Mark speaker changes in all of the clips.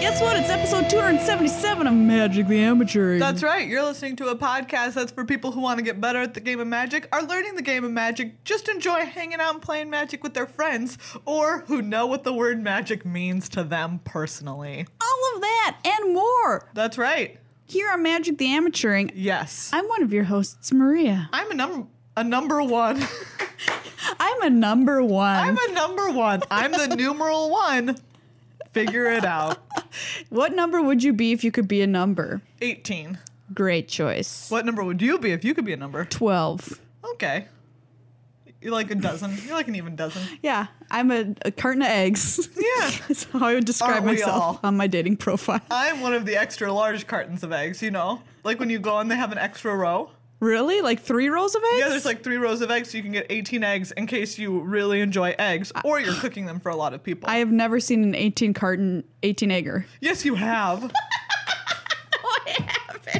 Speaker 1: Guess what? It's episode 277 of Magic the Amateur.
Speaker 2: That's right. You're listening to a podcast that's for people who want to get better at the game of magic, are learning the game of magic, just enjoy hanging out and playing magic with their friends, or who know what the word magic means to them personally.
Speaker 1: all of that and more
Speaker 2: That's right.
Speaker 1: here on Magic the Amateuring.
Speaker 2: Yes.
Speaker 1: I'm one of your hosts, Maria.
Speaker 2: I'm a number a number one.
Speaker 1: I'm a number one.
Speaker 2: I'm a number one. I'm the numeral one. Figure it out.
Speaker 1: what number would you be if you could be a number?
Speaker 2: 18.
Speaker 1: Great choice.
Speaker 2: What number would you be if you could be a number?
Speaker 1: 12.
Speaker 2: Okay. You're like a dozen. You're like an even dozen.
Speaker 1: Yeah, I'm a, a carton of eggs.
Speaker 2: Yeah.
Speaker 1: That's how I would describe
Speaker 2: Aren't we
Speaker 1: myself
Speaker 2: all?
Speaker 1: on my dating profile.
Speaker 2: I'm one of the extra large cartons of eggs, you know? Like when you go and they have an extra row.
Speaker 1: Really? Like three rows of eggs?
Speaker 2: Yeah, there's like three rows of eggs, so you can get 18 eggs in case you really enjoy eggs or you're cooking them for a lot of people.
Speaker 1: I have never seen an 18 carton, 18 egger.
Speaker 2: yes, you have.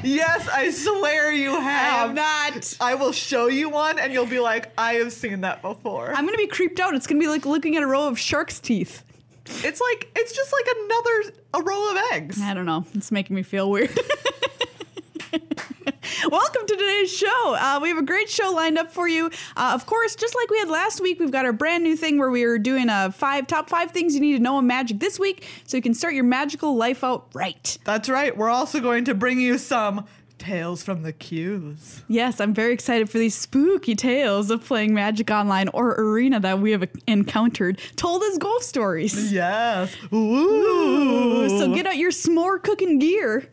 Speaker 2: Yes, I swear you
Speaker 1: Um,
Speaker 2: have.
Speaker 1: not.
Speaker 2: I will show you one and you'll be like, I have seen that before.
Speaker 1: I'm gonna be creeped out. It's gonna be like looking at a row of shark's teeth.
Speaker 2: It's like, it's just like another a roll of eggs.
Speaker 1: I don't know. It's making me feel weird. Welcome to today's show. Uh, we have a great show lined up for you. Uh, of course, just like we had last week, we've got our brand new thing where we are doing a five top five things you need to know in magic this week, so you can start your magical life out right.
Speaker 2: That's right. We're also going to bring you some tales from the queues.
Speaker 1: Yes, I'm very excited for these spooky tales of playing Magic Online or Arena that we have encountered, told as ghost stories.
Speaker 2: Yes. Ooh.
Speaker 1: So get out your s'more cooking gear.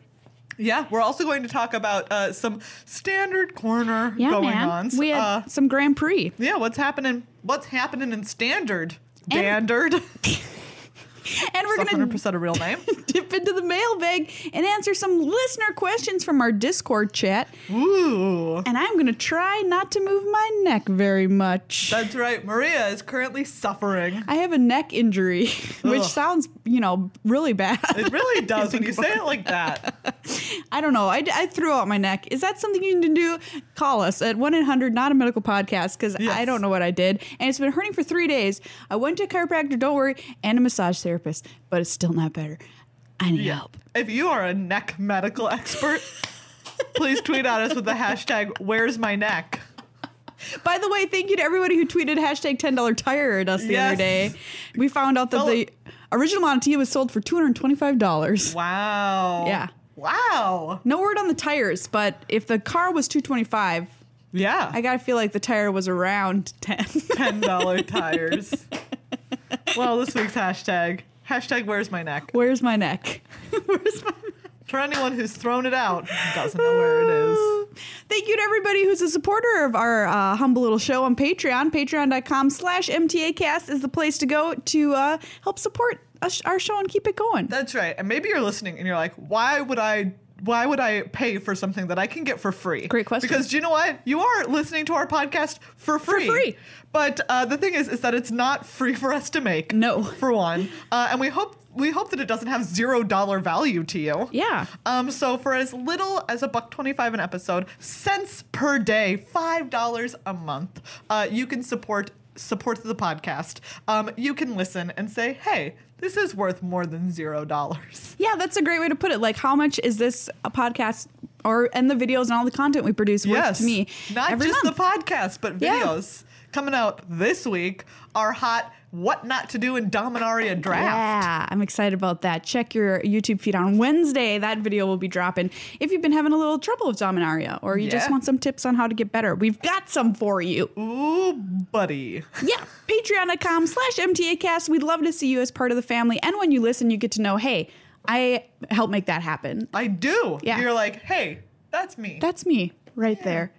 Speaker 2: yeah, we're also going to talk about uh, some standard corner
Speaker 1: Yeah,
Speaker 2: going
Speaker 1: man.
Speaker 2: on.
Speaker 1: We had
Speaker 2: uh,
Speaker 1: some Grand Prix.
Speaker 2: yeah, what's happening? What's happening in standard?
Speaker 1: And-
Speaker 2: Standard.
Speaker 1: And we're
Speaker 2: One
Speaker 1: going
Speaker 2: hundred
Speaker 1: to
Speaker 2: percent a real name.
Speaker 1: dip into the mailbag and answer some listener questions from our Discord chat.
Speaker 2: Ooh.
Speaker 1: And I'm going to try not to move my neck very much.
Speaker 2: That's right. Maria is currently suffering.
Speaker 1: I have a neck injury, which
Speaker 2: Ugh.
Speaker 1: sounds, you know, really bad.
Speaker 2: It really does when you say it like that.
Speaker 1: I don't know. I, I threw out my neck. Is that something you can do? Call us at 1 800 Not a Medical Podcast because I
Speaker 2: Yes.
Speaker 1: don't know what I did. And it's been hurting for three days. I went to a chiropractor, don't worry, and a massage therapist, but it's still not better. I need help.
Speaker 2: If you are a neck medical expert, please tweet at us with the hashtag Where's My Neck.
Speaker 1: By the way, thank you to everybody who tweeted hashtag ten dollar tire at us the other
Speaker 2: Yes.
Speaker 1: day. We found out that
Speaker 2: Fellow-
Speaker 1: the original Montilla was sold for two hundred twenty five dollars.
Speaker 2: Wow.
Speaker 1: Yeah.
Speaker 2: Wow.
Speaker 1: No word on the tires, but if the car was two twenty five,
Speaker 2: Yeah.
Speaker 1: I gotta feel like the tire was around ten.
Speaker 2: ten dollar tires. well, this week's hashtag hashtag Where's my neck?
Speaker 1: Where's my neck? Where's my neck?
Speaker 2: For anyone who's thrown it out, and doesn't know where it is.
Speaker 1: Thank you to everybody who's a supporter of our uh, humble little show on Patreon. Patreon.com slash MTAcast is the place to go to uh, help support us, our show and keep it going.
Speaker 2: That's right. And maybe you're listening and you're like, why would I? Why would I pay for something that I can get for free?
Speaker 1: Great question.
Speaker 2: Because do you know what? You are listening to our podcast for free.
Speaker 1: free.
Speaker 2: But uh, the thing is, is that it's not free for us to make.
Speaker 1: No.
Speaker 2: For one, uh, and we hope we hope that it doesn't have zero dollar value to you.
Speaker 1: Yeah.
Speaker 2: Um, so for as little as a buck twenty-five an episode, cents per day, five dollars a month, uh, you can support support the podcast. Um, you can listen and say, "Hey, this is worth more than zero dollars."
Speaker 1: Yeah, that's a great way to put it. Like, how much is this a podcast or and the videos and all the content we produce worth to me?
Speaker 2: not
Speaker 1: every
Speaker 2: just
Speaker 1: month?
Speaker 2: the podcast, but
Speaker 1: Yeah.
Speaker 2: videos coming out this week are hot. What not to do in Dominaria draft?
Speaker 1: Yeah, I'm excited about that. Check your YouTube feed on Wednesday. That video will be dropping. If you've been having a little trouble with Dominaria or you just
Speaker 2: Yeah.
Speaker 1: want some tips on how to get better, we've got some for you.
Speaker 2: Ooh, buddy.
Speaker 1: Yeah, patreon.com slash MTAcast. We'd love to see you as part of the family. And when you listen, you get to know, hey, I help make that happen.
Speaker 2: I do.
Speaker 1: Yeah.
Speaker 2: You're like, hey, that's me.
Speaker 1: That's me right there.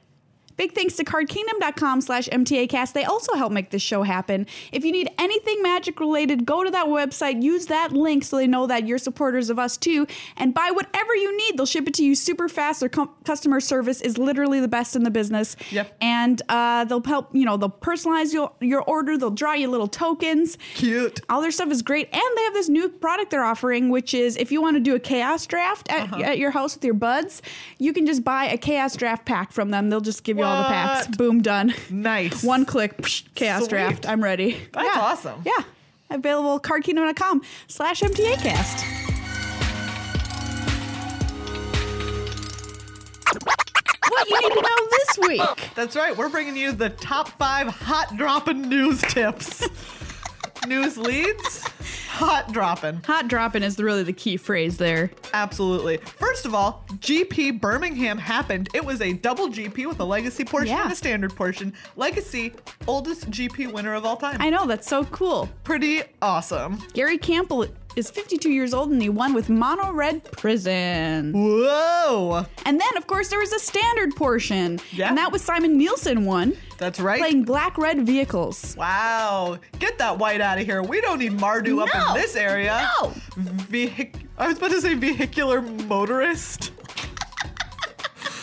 Speaker 1: Big thanks to cardkingdom.com slash MTAcast. They also help make this show happen. If you need anything magic related, go to that website, use that link so they know that you're supporters of us too, and buy whatever you need. They'll ship it to you super fast. Their com- customer service is literally the best in the business.
Speaker 2: Yep.
Speaker 1: And uh, they'll help, you know, they'll personalize your, your order, they'll draw you little tokens.
Speaker 2: Cute.
Speaker 1: All their stuff is great. And they have this new product they're offering, which is if you want to do a chaos draft at, at your house with your buds, you can just buy a chaos draft pack from them. They'll just give you all the packs.
Speaker 2: What?
Speaker 1: Boom, done.
Speaker 2: Nice.
Speaker 1: One click, psh, chaos
Speaker 2: Sweet.
Speaker 1: draft. I'm ready.
Speaker 2: That's awesome.
Speaker 1: Yeah. Available at cardkingdom.com slash MTAcast. what you need to know this week.
Speaker 2: That's right. We're bringing you the top five hot dropping news tips. news leads, hot dropping.
Speaker 1: Hot dropping is really the key phrase there.
Speaker 2: Absolutely. First of all, GP Birmingham happened. It was a double GP with a legacy portion
Speaker 1: Yeah.
Speaker 2: and a standard portion. Legacy, oldest GP winner of all time.
Speaker 1: I know, that's so cool.
Speaker 2: Pretty awesome.
Speaker 1: Gary Campbell is 52 years old and he won with Mono Red Prison.
Speaker 2: Whoa.
Speaker 1: And then, of course, there was a standard portion.
Speaker 2: Yeah.
Speaker 1: And that was Simon Nielsen won,
Speaker 2: That's right.
Speaker 1: playing Black Red Vehicles.
Speaker 2: Wow. Get that white out of here. We don't need Mardu up
Speaker 1: No.
Speaker 2: in this area.
Speaker 1: No.
Speaker 2: Vehic- I was about to say vehicular motorist.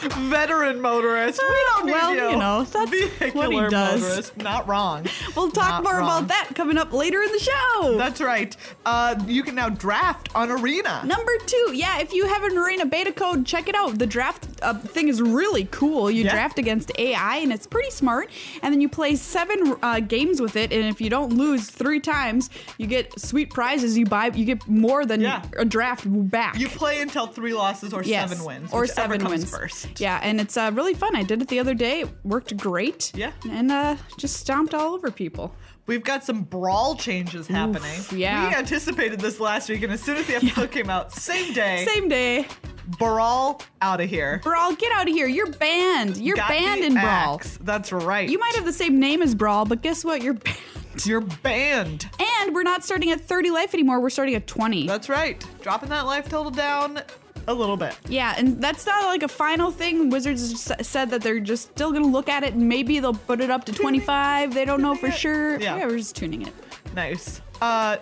Speaker 2: Veteran motorist. We don't need
Speaker 1: Well,
Speaker 2: you.
Speaker 1: you know, that's what he
Speaker 2: vehicular
Speaker 1: does.
Speaker 2: motorist. Not wrong.
Speaker 1: We'll talk
Speaker 2: Not
Speaker 1: more
Speaker 2: wrong.
Speaker 1: about that coming up later in the show.
Speaker 2: That's right. Uh, you can now draft on Arena.
Speaker 1: Number two, yeah, if you have an arena beta code, check it out. The draft uh, thing is really cool. You
Speaker 2: Yeah.
Speaker 1: draft against AI, and it's pretty smart. And then you play seven uh, games with it, and if you don't lose three times, you get sweet prizes. You buy, you get more than
Speaker 2: Yeah.
Speaker 1: a draft back.
Speaker 2: You play until three losses or
Speaker 1: Yes,
Speaker 2: seven wins.
Speaker 1: or
Speaker 2: whichever
Speaker 1: seven
Speaker 2: comes
Speaker 1: wins
Speaker 2: first.
Speaker 1: Yeah, and it's uh, really fun. I did it the other day. It worked great.
Speaker 2: Yeah.
Speaker 1: and uh, just stomped all over people.
Speaker 2: We've got some brawl changes happening.
Speaker 1: yeah.
Speaker 2: We anticipated this last week, and as soon as the episode came out, same day,
Speaker 1: Same day,
Speaker 2: brawl out of here.
Speaker 1: Brawl, get out of here. You're banned. You're
Speaker 2: Got
Speaker 1: banned
Speaker 2: the
Speaker 1: in Brawl.
Speaker 2: axe. That's right.
Speaker 1: You might have the same name as Brawl, but guess what? You're banned.
Speaker 2: You're banned.
Speaker 1: And we're not starting at 30 life anymore. We're starting at 20.
Speaker 2: That's right. Dropping that life total down a little bit.
Speaker 1: yeah, and that's not like a final thing. Wizards s- said that they're just still going to look at it and maybe they'll put it up to 25. They don't know for
Speaker 2: Tuning it.
Speaker 1: sure.
Speaker 2: Yeah.
Speaker 1: we're just tuning it.
Speaker 2: Nice. Uh,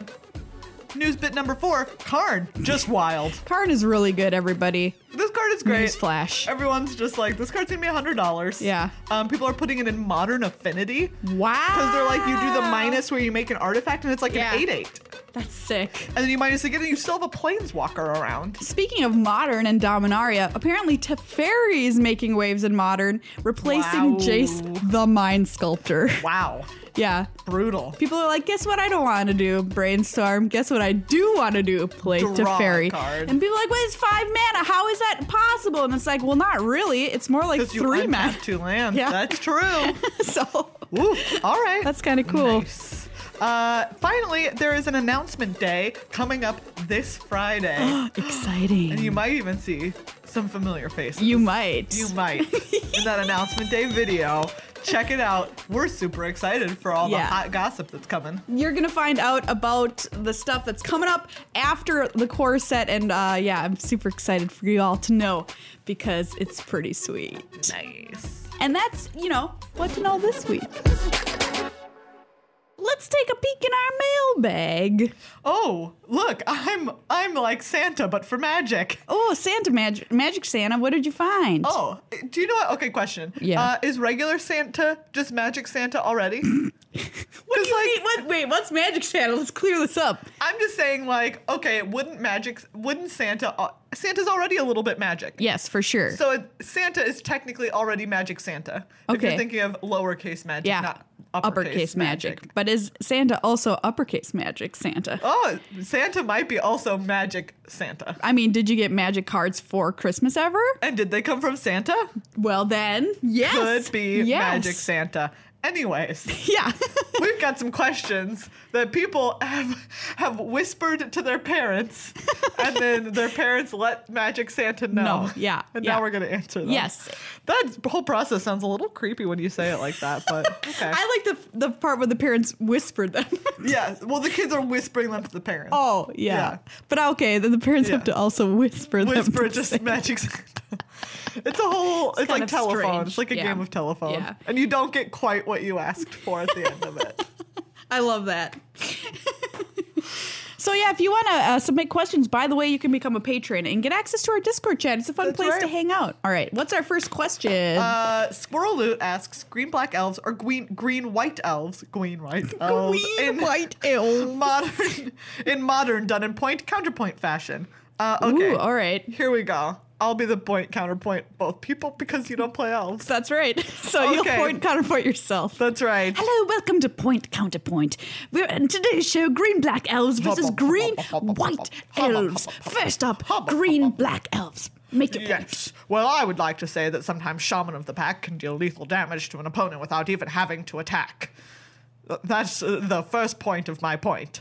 Speaker 2: news bit number four. Karn, just wild.
Speaker 1: Karn is really good, everybody.
Speaker 2: This card is great.
Speaker 1: Newsflash.
Speaker 2: Everyone's just like, this card's gonna be a hundred dollars.
Speaker 1: Yeah.
Speaker 2: Um, people are putting it in Modern Affinity
Speaker 1: Wow.
Speaker 2: because they're like, you do the minus where you make an artifact and it's like
Speaker 1: Yeah.
Speaker 2: an eight eight,
Speaker 1: That's sick.
Speaker 2: and then you minus again and you still have a planeswalker around.
Speaker 1: Speaking of modern and Dominaria, apparently Teferi is making waves in modern, replacing
Speaker 2: Wow.
Speaker 1: Jace the Mind Sculptor.
Speaker 2: Wow.
Speaker 1: yeah.
Speaker 2: Brutal.
Speaker 1: People are like, guess what I don't want to do? Brainstorm. Guess what I do want to do? Play
Speaker 2: Draw
Speaker 1: to fairy.
Speaker 2: a card.
Speaker 1: And people are like, well, it's five mana. How is that possible? And it's like, well, not really. It's more like
Speaker 2: Because you
Speaker 1: three
Speaker 2: untap
Speaker 1: mana.
Speaker 2: two lands.
Speaker 1: Yeah.
Speaker 2: That's true.
Speaker 1: so
Speaker 2: Ooh, all right.
Speaker 1: That's kinda cool.
Speaker 2: Nice. Uh, finally, there is an announcement day coming up this Friday. and
Speaker 1: exciting.
Speaker 2: you
Speaker 1: You,
Speaker 2: might even see some familiar faces.
Speaker 1: might.
Speaker 2: You might. in that announcement day video. Check it out. We're super excited for all
Speaker 1: Yeah.
Speaker 2: the hot gossip that's coming.
Speaker 1: You're gonna find out about the stuff that's coming up after the core set, and uh, yeah, I'm super excited for you all to know because it's pretty sweet.
Speaker 2: Nice.
Speaker 1: And that's, you know, what to know this week. Let's take a peek in our mailbag.
Speaker 2: Oh, look, I'm I'm like Santa, but for magic.
Speaker 1: Oh, Santa Magic, Magic Santa, what did you find?
Speaker 2: Oh, do you know what? Okay, question.
Speaker 1: Yeah.
Speaker 2: Uh, is regular Santa just magic Santa already?
Speaker 1: what do you
Speaker 2: like-
Speaker 1: mean? What, wait, what's Magic Santa? Let's clear this up.
Speaker 2: I'm just saying, like, okay, wouldn't magic, wouldn't Santa, uh, Santa's already a little bit magic.
Speaker 1: Yes, for sure.
Speaker 2: So it, Santa is technically already magic Santa. If
Speaker 1: Okay.
Speaker 2: you're thinking of lowercase magic,
Speaker 1: yeah,
Speaker 2: not
Speaker 1: uppercase, magic. But is Santa also uppercase Magic Santa?
Speaker 2: Oh, Santa might be also magic Santa.
Speaker 1: I mean, did you get magic cards for Christmas ever?
Speaker 2: And did they come from Santa?
Speaker 1: Well, then, yes.
Speaker 2: Could be
Speaker 1: Yes.
Speaker 2: magic Santa. Anyways.
Speaker 1: Yeah.
Speaker 2: We've got some questions that people have have whispered to their parents, and then their parents let Magic Santa know.
Speaker 1: No, yeah,
Speaker 2: And
Speaker 1: yeah.
Speaker 2: now we're gonna answer them.
Speaker 1: Yes.
Speaker 2: That whole process sounds a little creepy when you say it like that, but okay.
Speaker 1: I like the, the part where the parents whispered them.
Speaker 2: yeah. Well, the kids are whispering them to the parents.
Speaker 1: oh, yeah.
Speaker 2: Yeah.
Speaker 1: But okay, then the parents
Speaker 2: Yeah.
Speaker 1: have to also whisper, them.
Speaker 2: whisper
Speaker 1: to
Speaker 2: just
Speaker 1: Santa.
Speaker 2: Magic Santa. It's a whole. It's,
Speaker 1: kind
Speaker 2: like
Speaker 1: of
Speaker 2: telephone.
Speaker 1: strange.
Speaker 2: It's like a
Speaker 1: Yeah.
Speaker 2: game of telephone,
Speaker 1: Yeah.
Speaker 2: and you don't get quite what you asked for at the end of it.
Speaker 1: I love that. so yeah, if you want to uh, submit questions, by the way, you can become a patron and get access to our Discord chat. It's a fun
Speaker 2: That's
Speaker 1: place to
Speaker 2: right.
Speaker 1: hang out. All right, what's our first question?
Speaker 2: Uh, Squirrel Loot asks, green black elves or green green white elves? Green white elves. in
Speaker 1: white ale.
Speaker 2: modern in modern done in point counterpoint fashion. Uh, okay.
Speaker 1: Ooh, all right.
Speaker 2: Here we go. I'll be the point counterpoint both people because you don't play elves.
Speaker 1: That's right. So you'll
Speaker 2: Okay.
Speaker 1: point counterpoint yourself.
Speaker 2: That's right.
Speaker 1: Hello, welcome to Point Counterpoint. We're in today's show Green Black Elves versus
Speaker 2: Hubba,
Speaker 1: Green
Speaker 2: hubba, hubba,
Speaker 1: White
Speaker 2: hubba,
Speaker 1: Elves.
Speaker 2: hubba,
Speaker 1: First up,
Speaker 2: hubba,
Speaker 1: Green
Speaker 2: hubba.
Speaker 1: Black Elves. Make your point.
Speaker 2: Yes. Well, I would like to say that sometimes Shaman of the Pack can deal lethal damage to an opponent without even having to attack. Th- That's uh, the first point of my point.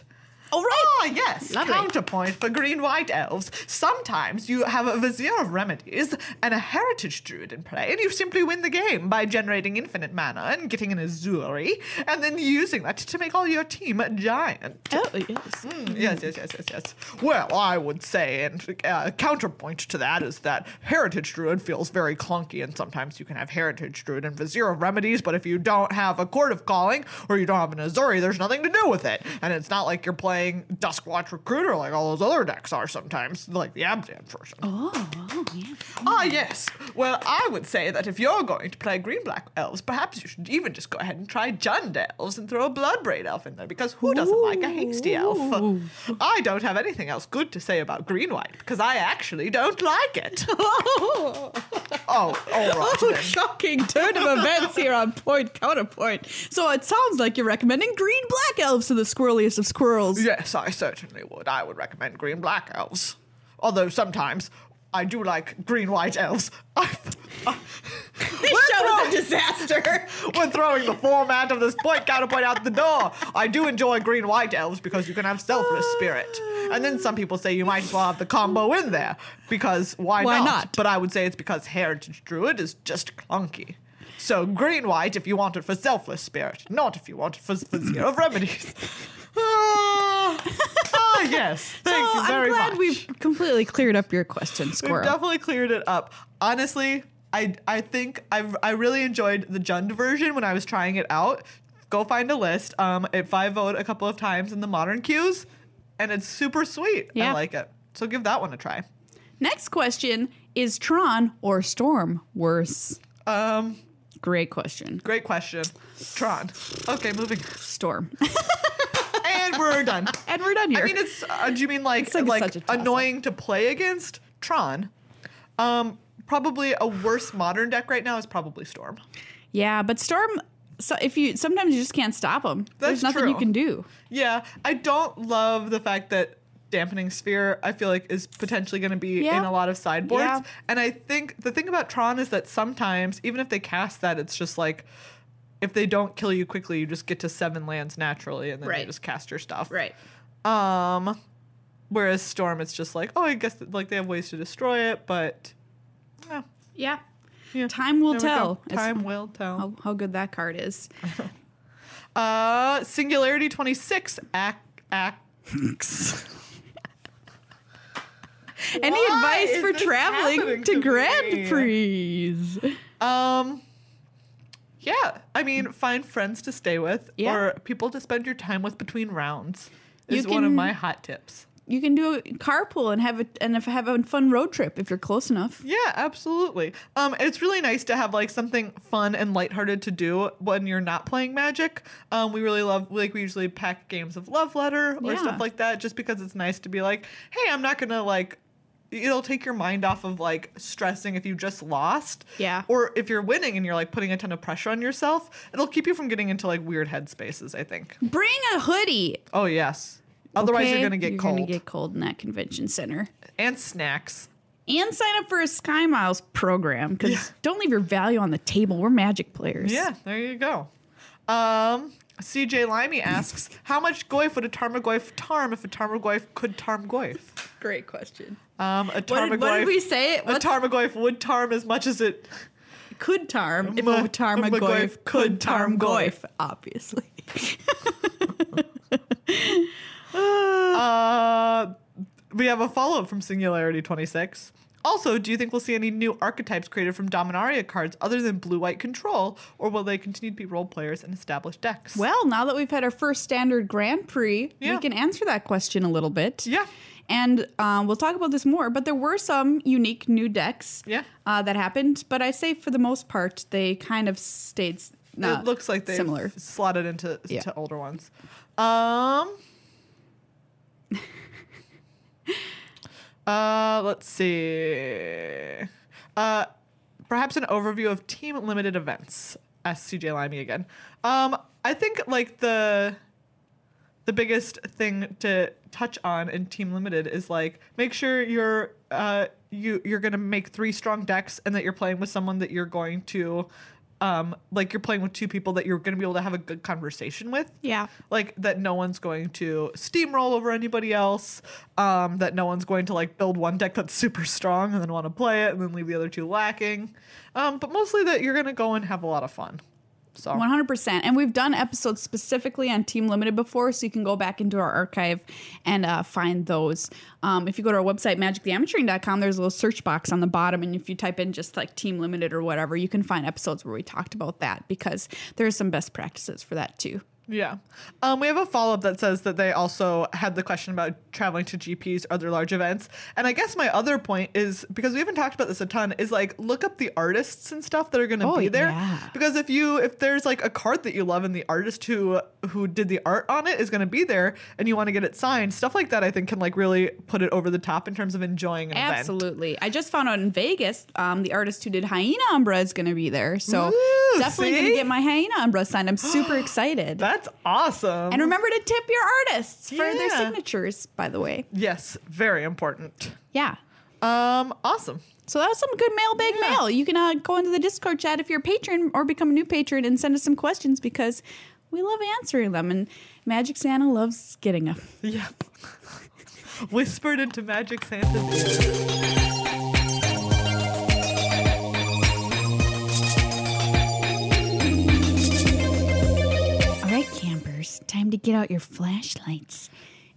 Speaker 1: All right.
Speaker 2: Ah, yes.
Speaker 3: Lovely.
Speaker 2: Counterpoint for green white elves. Sometimes you have a Vizier of Remedies and a Heritage Druid in play, and you simply win the game by generating infinite mana and getting an Azuri, and then using that to make all your team a giant.
Speaker 3: Oh, yes.
Speaker 2: Mm, Yes, yes, yes, yes, yes. Well, I would say, and uh, counterpoint to that is that Heritage Druid feels very clunky, and sometimes you can have Heritage Druid and Vizier of Remedies, but if you don't have a Court of Calling or you don't have an Azuri, there's nothing to do with it. And it's not like you're playing Duskwatch Recruiter like all those other decks are sometimes, like the Abzan version.
Speaker 3: Oh, oh, yes.
Speaker 2: Ah, yes. Well, I would say that if you're going to play green black elves, perhaps you should even just go ahead and try Jund elves and throw a Bloodbraid elf in there because who doesn't like a hasty elf? I don't have anything else good to say about green white because I actually don't like it.
Speaker 3: Oh,
Speaker 2: oh, all right. then.
Speaker 3: shocking turn of events here on Point Counterpoint.
Speaker 1: So it sounds like you're recommending green black elves to the squirreliest of squirrels.
Speaker 2: Yes, I certainly would. I would recommend green black elves. Although sometimes I do like green white elves.
Speaker 3: This show is a disaster.
Speaker 2: We're throwing the format of this point counterpoint out the door. I do enjoy green white elves because you can have selfless spirit. And then some people say you might as well have the combo in there because why,
Speaker 1: Why not?
Speaker 2: But I would say it's because heritage druid is just clunky. So green white if you want it for selfless spirit, not if you want it for vizier of remedies. Ah, ah, yes. Thank
Speaker 1: so
Speaker 2: you very
Speaker 1: I'm glad
Speaker 2: much.
Speaker 1: we've completely cleared up your question,
Speaker 2: We've
Speaker 1: squirrel.
Speaker 2: definitely cleared it up. Honestly, I I think I've I really enjoyed the Jund version when I was trying it out. Go find a list. Um, it five vote a couple of times in the modern queues, and it's super sweet. I
Speaker 1: Yeah.
Speaker 2: like it. So give that one a try.
Speaker 1: Next question is Tron or Storm worse?
Speaker 2: Um,
Speaker 1: Great question.
Speaker 2: great question. Tron. Okay, moving.
Speaker 1: Storm.
Speaker 2: And we're done.
Speaker 1: and we're done here.
Speaker 2: I mean, it's. Uh, do you mean like
Speaker 1: like
Speaker 2: like,
Speaker 1: it's such a toss-up.
Speaker 2: annoying to play against Tron? Um, probably a worse modern deck right now is probably Storm.
Speaker 1: yeah, but Storm. So if you sometimes you just can't stop them.
Speaker 2: That's
Speaker 1: There's nothing you
Speaker 2: true.
Speaker 1: can do.
Speaker 2: Yeah, I don't love the fact that dampening sphere I feel like is potentially going to be
Speaker 1: Yeah.
Speaker 2: in a lot of sideboards.
Speaker 1: Yeah.
Speaker 2: And I think the thing about Tron is that sometimes even if they cast that it's just like if they don't kill you quickly, you just get to seven lands naturally and then you
Speaker 3: Right.
Speaker 2: just cast your stuff.
Speaker 3: Right.
Speaker 2: Um whereas Storm it's just like, oh, I guess that, like they have ways to destroy it, but eh,
Speaker 1: Yeah.
Speaker 2: Yeah.
Speaker 1: Time will
Speaker 2: there we go.
Speaker 1: tell. as
Speaker 2: Time will tell.
Speaker 1: How, how good that card is. Oh.
Speaker 2: Uh, Singularity 26 ac- acts.
Speaker 1: Any
Speaker 2: Why
Speaker 1: advice
Speaker 2: is
Speaker 1: for
Speaker 2: this
Speaker 1: traveling
Speaker 2: happening
Speaker 1: to,
Speaker 2: to
Speaker 1: Grand
Speaker 2: me?
Speaker 1: Prix?
Speaker 2: um, yeah, I mean, find friends to stay with
Speaker 1: Yeah.
Speaker 2: or people to spend your time with between rounds
Speaker 1: You
Speaker 2: is one of
Speaker 1: can-
Speaker 2: my hot tips.
Speaker 1: You can do a carpool and have a and if- have a fun road trip if you're close enough.
Speaker 2: Yeah, absolutely. Um, it's really nice to have like something fun and lighthearted to do when you're not playing Magic. Um, we really love like we usually pack games of Love Letter or
Speaker 1: Yeah.
Speaker 2: stuff like that, just because it's nice to be like, hey, I'm not gonna like. It'll take your mind off of like stressing if you just lost.
Speaker 1: Yeah.
Speaker 2: Or if you're winning and you're like putting a ton of pressure on yourself, it'll keep you from getting into like weird headspaces. I think.
Speaker 1: Bring a hoodie.
Speaker 2: Oh yes. Otherwise,
Speaker 1: okay?
Speaker 2: you're gonna get
Speaker 1: you're
Speaker 2: cold
Speaker 1: Gonna get cold in that convention center.
Speaker 2: and snacks.
Speaker 1: and sign up for a Sky Miles program because don't leave your value on the table. We're magic players.
Speaker 2: Yeah, there you go. Um, CJ Limey asks, how much goif would a Tarmogoyf tarm if a Tarmogoyf could tarm goif?
Speaker 3: Great question.
Speaker 2: Um, a
Speaker 1: What
Speaker 2: Tarmogoyf,
Speaker 1: did, what did we say?
Speaker 2: a
Speaker 1: What
Speaker 2: Tarmogoyf would tarm as much as it.
Speaker 1: could tarm if
Speaker 2: Ma-
Speaker 1: a tarmogoyf
Speaker 2: Tarmogoyf
Speaker 1: could
Speaker 2: could
Speaker 1: tarm
Speaker 2: tarm
Speaker 1: goif? Obviously.
Speaker 2: Uh, we have a follow up from Singularity 26. Also, do you think we'll see any new archetypes created from Dominaria cards other than blue white control, or will they continue to be role players and established decks?
Speaker 1: Well, now that we've had our first standard Grand Prix, we
Speaker 2: Yeah.
Speaker 1: can answer that question a little bit.
Speaker 2: Yeah.
Speaker 1: And um, we'll talk about this more, but there were some unique new decks
Speaker 2: Yeah.
Speaker 1: uh, that happened. But I say for the most part, they kind of stayed s- nah,
Speaker 2: it looks like they've
Speaker 1: similar.
Speaker 2: slotted into
Speaker 1: Yeah.
Speaker 2: to older ones. Um, uh, let's see. Uh, perhaps an overview of team limited events. Ask CJ Limey again. Um, I think like the the biggest thing to touch on in Team Limited is like make sure you're uh, you you're gonna make three strong decks and that you're playing with someone that you're going to um, like you're playing with two people that you're gonna be able to have a good conversation with.
Speaker 1: Yeah.
Speaker 2: Like that no one's going to steamroll over anybody else. Um, that no one's going to like build one deck that's super strong and then want to play it and then leave the other two lacking. Um, but mostly that you're gonna go and have a lot of fun. So
Speaker 1: 100%. And we've done episodes specifically on Team Limited before, so you can go back into our archive and uh, find those. Um, if you go to our website, magictheamateuring.com, there's a little search box on the bottom. And if you type in just like Team Limited or whatever, you can find episodes where we talked about that because there's some best practices for that too.
Speaker 2: Yeah. Um, we have a follow up that says that they also had the question about traveling to GPs or other large events. And I guess my other point is because we haven't talked about this a ton is like look up the artists and stuff that are going to
Speaker 1: Oh,
Speaker 2: be there.
Speaker 1: yeah.
Speaker 2: Because if you if there's like a card that you love and the artist who who did the art on it is going to be there and you want to get it signed, stuff like that I think can like really put it over the top in terms of enjoying an event.
Speaker 1: Absolutely. I just found out in Vegas, um, the artist who did Hyena Umbra is going to be there. So
Speaker 2: Ooh,
Speaker 1: definitely going
Speaker 2: see?
Speaker 1: to get my Hyena Umbra signed. I'm super excited.
Speaker 2: That's awesome.
Speaker 1: and remember to tip your artists for their
Speaker 2: Yeah.
Speaker 1: signatures, by the way.
Speaker 2: yes, very important.
Speaker 1: Yeah.
Speaker 2: Um awesome.
Speaker 1: So that was some good mailbag
Speaker 2: Yeah.
Speaker 1: mail. You can uh, go into the Discord chat if you're a patron or become a new patron and send us some questions because we love answering them. And Magic Santa loves getting them.
Speaker 2: Yep. Whispered into Magic Santa's ear.
Speaker 1: All right, campers, time to get out your flashlights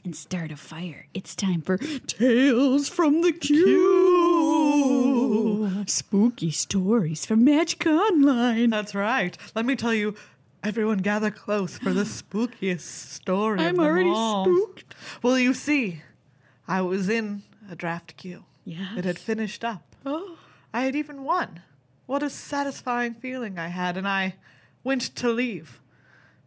Speaker 1: and start a fire. It's time for Tales from the Queue. Spooky stories from Magic Online.
Speaker 2: That's right. Let me tell you, everyone gather close for the spookiest story. of
Speaker 1: I'm
Speaker 2: them
Speaker 1: already
Speaker 2: all.
Speaker 1: spooked.
Speaker 2: Well, you see, I was in a draft queue. It had
Speaker 1: Yes.
Speaker 2: finished up. Oh. I had even won. What a satisfying feeling I had, and I went to leave.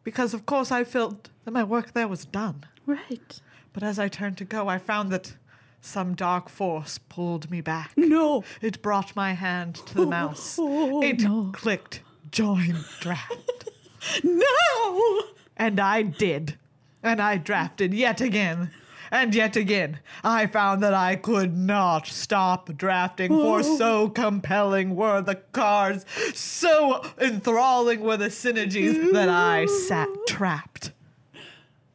Speaker 2: Because, of course, I felt that my work there was done.
Speaker 1: Right.
Speaker 2: But as I turned to go, I found that some dark force pulled me back.
Speaker 1: No.
Speaker 2: It brought my hand to the mouse.
Speaker 1: oh,
Speaker 2: it
Speaker 1: no.
Speaker 2: clicked join draft.
Speaker 1: No.
Speaker 2: and I did. And I drafted yet again. And yet again, I found that I could not stop drafting, for
Speaker 1: Oh.
Speaker 2: so compelling were the cards, so enthralling were the synergies that I sat trapped.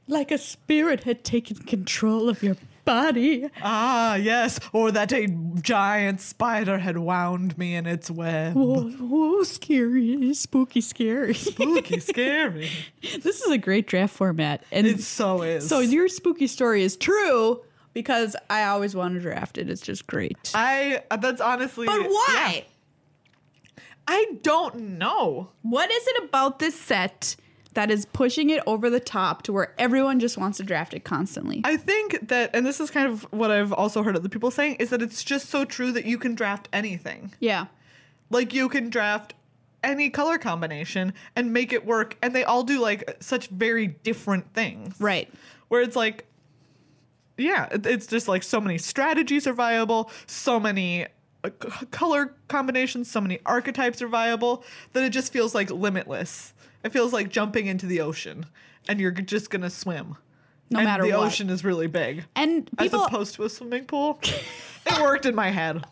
Speaker 1: Like a spirit had taken control of your body.
Speaker 2: Ah, yes, or that a giant spider had wound me in its web.
Speaker 1: Oh, oh, scary, spooky, scary.
Speaker 2: Spooky, scary.
Speaker 1: this is a great draft format, and
Speaker 2: It so is.
Speaker 1: so your spooky story is true because I always want to draft it. It's just great.
Speaker 2: I uh, that's honestly
Speaker 1: but
Speaker 2: yeah.
Speaker 1: why?
Speaker 2: I don't know.
Speaker 1: What is it about this set that is pushing it over the top to where everyone just wants to draft it constantly?
Speaker 2: I think that and this is kind of what I've also heard other people saying is that it's just so true that you can draft anything.
Speaker 1: yeah.
Speaker 2: Like you can draft any color combination and make it work and they all do like such very different things.
Speaker 1: Right.
Speaker 2: Where it's like yeah, it- it's just like so many strategies are viable, so many uh, c- color combinations, so many archetypes are viable that it just feels like limitless. It feels like jumping into the ocean and you're g- just going to swim.
Speaker 1: No
Speaker 2: and
Speaker 1: matter
Speaker 2: the
Speaker 1: what.
Speaker 2: ocean is really big.
Speaker 1: And people
Speaker 2: As opposed to a swimming pool. it worked in my head.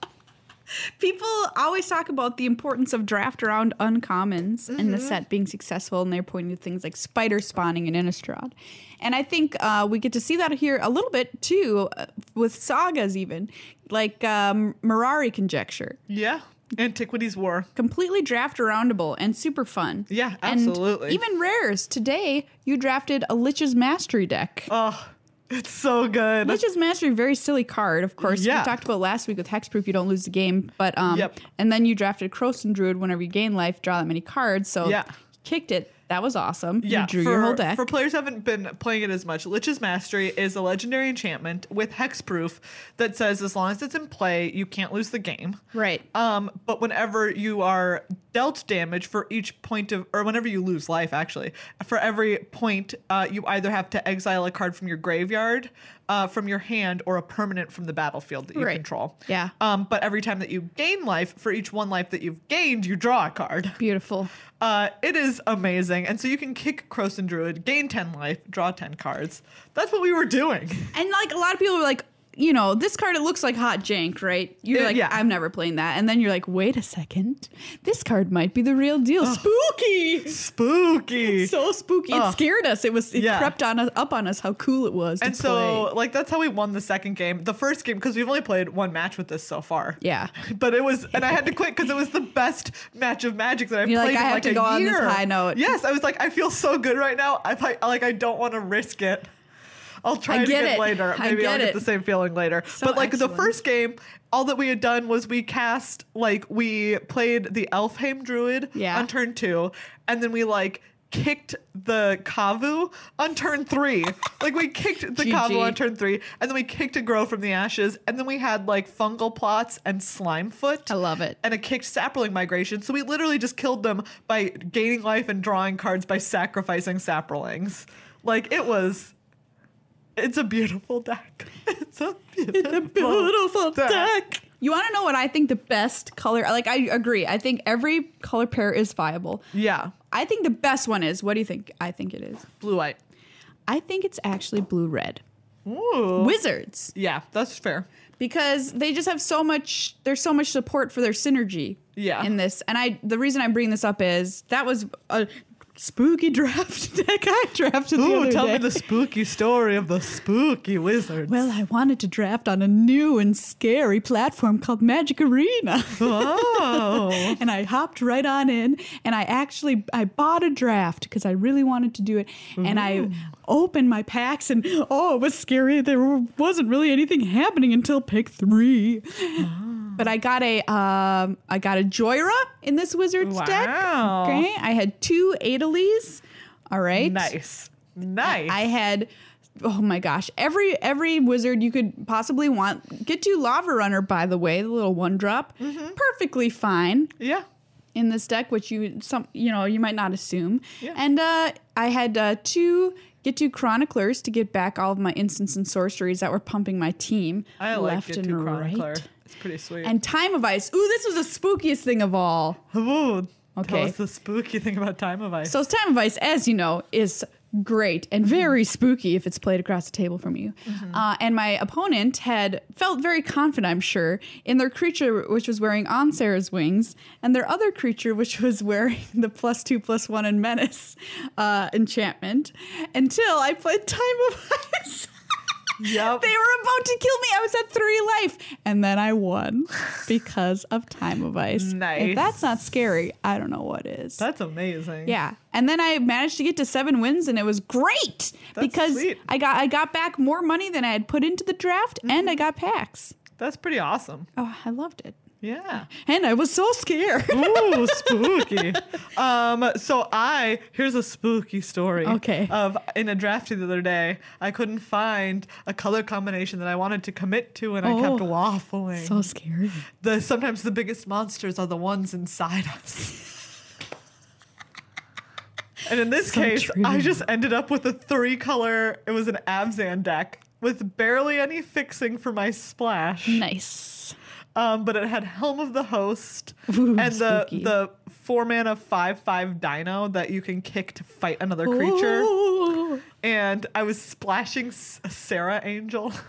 Speaker 1: people always talk about the importance of draft around uncommons and the
Speaker 2: Mm-hmm.
Speaker 1: set being successful, and they're pointing to things like spider spawning and Innistrad. And I think uh, we get to see that here a little bit too uh, with sagas, even like um, Mirari Conjecture.
Speaker 2: Yeah. Antiquities War.
Speaker 1: Completely draft aroundable and super fun.
Speaker 2: Yeah,
Speaker 1: And
Speaker 2: absolutely.
Speaker 1: even rares. Today, you drafted a Lich's Mastery deck.
Speaker 2: Oh, it's so good.
Speaker 1: Lich's Mastery, very silly card, of course.
Speaker 2: Yeah.
Speaker 1: We talked about last week with Hexproof, you don't lose the game. But um
Speaker 2: Yep.
Speaker 1: and then you drafted Croson Druid whenever you gain life, draw that many cards. So
Speaker 2: Yeah.
Speaker 1: you kicked it. That was awesome.
Speaker 2: yeah,
Speaker 1: You drew
Speaker 2: for,
Speaker 1: your whole deck.
Speaker 2: for players who haven't been playing it as much, Lich's Mastery is a legendary enchantment with hexproof that says as long as it's in play, you can't lose the game.
Speaker 1: right.
Speaker 2: Um, but whenever you are dealt damage for each point of, or whenever you lose life, actually, for every point, uh, you either have to exile a card from your graveyard, uh, from your hand, or a permanent from the battlefield that you
Speaker 1: Right.
Speaker 2: control.
Speaker 1: Yeah.
Speaker 2: Um, but every time that you gain life, for each one life that you've gained, you draw a card.
Speaker 1: Beautiful.
Speaker 2: Uh, it is amazing. And so you can kick Croson Druid, gain 10 life, draw 10 cards. That's what we were doing.
Speaker 1: And like a lot of people were like, you know, this card it looks like hot jank, right? You're
Speaker 2: Uh,
Speaker 1: like,
Speaker 2: yeah.
Speaker 1: I'm never playing that. And then you're like, wait a second, this card might be the real deal. Spooky,
Speaker 2: Spooky.
Speaker 1: so spooky. It
Speaker 2: Ugh.
Speaker 1: scared us. It was it
Speaker 2: Yeah.
Speaker 1: crept on us up on us how cool it was.
Speaker 2: and
Speaker 1: to
Speaker 2: so,
Speaker 1: play.
Speaker 2: like, that's how we won the second game. The first game, because we've only played one match with this so far.
Speaker 1: yeah,
Speaker 2: But it was, and I had to quit because it was the best match of Magic that I've
Speaker 1: You're like,
Speaker 2: played
Speaker 1: I
Speaker 2: in
Speaker 1: have
Speaker 2: like
Speaker 1: to
Speaker 2: a
Speaker 1: go on this
Speaker 2: year.
Speaker 1: high note.
Speaker 2: Yes, I was like, I feel so good right now. I fi- like, I don't want to risk it. I'll try
Speaker 1: I
Speaker 2: it
Speaker 1: get
Speaker 2: again
Speaker 1: it.
Speaker 2: later.
Speaker 1: I
Speaker 2: Maybe I'll
Speaker 1: get
Speaker 2: get
Speaker 1: it.
Speaker 2: the same feeling later. but like the
Speaker 1: excellent.
Speaker 2: first game, all that we had done was we cast like we played the Elfheim Druid
Speaker 1: Yeah.
Speaker 2: on turn two, and then we like kicked the Kavu on turn three. like we kicked the Kavu
Speaker 1: GG.
Speaker 2: on turn three, and then we kicked a Grow from the Ashes, and then we had like fungal plots and slime foot
Speaker 1: I love it.
Speaker 2: and a kicked sapperling migration. So we literally just killed them by gaining life and drawing cards by sacrificing sapperlings. Like it was. It's a beautiful deck. It's a beautiful, deck.
Speaker 1: You want to know what I think the best color? Like I agree. I think every color pair is viable.
Speaker 2: Yeah,
Speaker 1: I think the best one is. What do you think? I think it is.
Speaker 2: blue white.
Speaker 1: I think it's actually blue red.
Speaker 2: Ooh.
Speaker 1: Wizards.
Speaker 2: yeah, that's fair.
Speaker 1: because they just have so much there's so much support for their synergy
Speaker 2: Yeah.
Speaker 1: in this and i the reason i'm bringing this up is that was a spooky draft deck i drafted the
Speaker 2: Ooh,
Speaker 1: other
Speaker 2: tell
Speaker 1: day.
Speaker 2: me the spooky story of the spooky wizards.
Speaker 1: well i wanted to draft on a new and scary platform called magic arena
Speaker 2: oh,
Speaker 1: and i hopped right on in and i actually i bought a draft because i really wanted to do it and i opened my packs and oh it was scary there wasn't really anything happening until pick three
Speaker 2: Ah.
Speaker 1: but i got a um i got a joyra in this wizard's deck
Speaker 2: Wow.
Speaker 1: okay i had two adelies all right
Speaker 2: nice, nice.
Speaker 1: I had oh my gosh, every every wizard you could possibly want. Get to Lava Runner, by the way, the little one drop.
Speaker 2: Mm-hmm.
Speaker 1: Perfectly fine
Speaker 2: yeah,
Speaker 1: in this deck, which you some you know, you might not assume.
Speaker 2: Yeah.
Speaker 1: And uh, I had uh, two get to chroniclers to get back all of my instants and sorceries that were pumping my team
Speaker 2: I like
Speaker 1: left
Speaker 2: it
Speaker 1: and
Speaker 2: too, Chronicler.
Speaker 1: right.
Speaker 2: It's pretty sweet.
Speaker 1: And Time of Ice. Ooh, this was the spookiest thing of all.
Speaker 2: Ooh,
Speaker 1: Okay.
Speaker 2: Tell us the spooky thing about Time of Ice.
Speaker 1: So Time of Ice, as you know, is great and very spooky if it's played across the table from you. Uh, and my opponent had felt very confident, I'm sure, in their creature which was wearing On Sarah's wings, and their other creature which was wearing the plus two plus one and menace uh, enchantment. Until I played Time of Ice.
Speaker 2: yep.
Speaker 1: They were about to kill me. I was at three life. And then I won because of Time of Ice. If
Speaker 2: Nice.
Speaker 1: that's not scary, I don't know what is.
Speaker 2: That's amazing.
Speaker 1: Yeah, and then I managed to get to seven wins, and it was great because
Speaker 2: sweet.
Speaker 1: I got I got back more money than I had put into the draft,
Speaker 2: Mm-hmm.
Speaker 1: and I got packs.
Speaker 2: That's pretty awesome.
Speaker 1: Oh, I loved it,
Speaker 2: Yeah.
Speaker 1: and I was so scared.
Speaker 2: Ooh, spooky. Um, so I here's a spooky story.
Speaker 1: Okay.
Speaker 2: Of in a draft the other day, I couldn't find a color combination that I wanted to commit to, and I kept
Speaker 1: Oh.
Speaker 2: waffling.
Speaker 1: so scary.
Speaker 2: the sometimes the biggest monsters are the ones inside us. and in this case,
Speaker 1: true.
Speaker 2: I just ended up with a three color. It was an Abzan deck with barely any fixing for my splash.
Speaker 1: Nice.
Speaker 2: Um, but it had Helm of the Host
Speaker 1: Ooh,
Speaker 2: and the
Speaker 1: spooky.
Speaker 2: the four mana five five dino that you can kick to fight another creature.
Speaker 1: Ooh.
Speaker 2: And I was splashing S- Sarah Angel.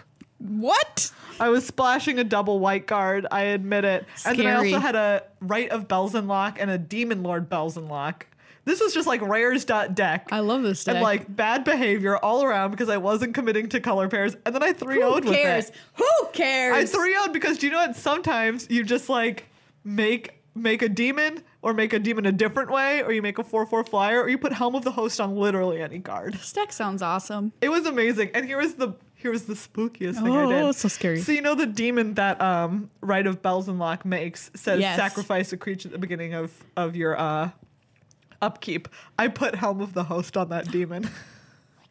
Speaker 1: What?
Speaker 2: I was splashing a double white guard. I admit it. And then I
Speaker 1: Scary.
Speaker 2: also had a Rite of Belzenlock and a Demon Lord Belzenlock. This was just like rares dot deck.
Speaker 1: I love this deck.
Speaker 2: And like bad behavior all around because I wasn't committing to color pairs. And then I 3
Speaker 1: Who
Speaker 2: 0'd with it.
Speaker 1: cares? Who cares?
Speaker 2: I three would because do you know what? Sometimes you just like make make a demon or make a demon a different way, or you make a four four flyer, or you put Helm of the Host on literally any card.
Speaker 1: this deck sounds awesome.
Speaker 2: It was amazing. And here was the here was the spookiest thing I did.
Speaker 1: Oh, so scary.
Speaker 2: So you know the demon that um Rite of Belzenlock makes says
Speaker 1: Yes.
Speaker 2: sacrifice a creature at the beginning of of your uh upkeep. I put Helm of the Host on that demon.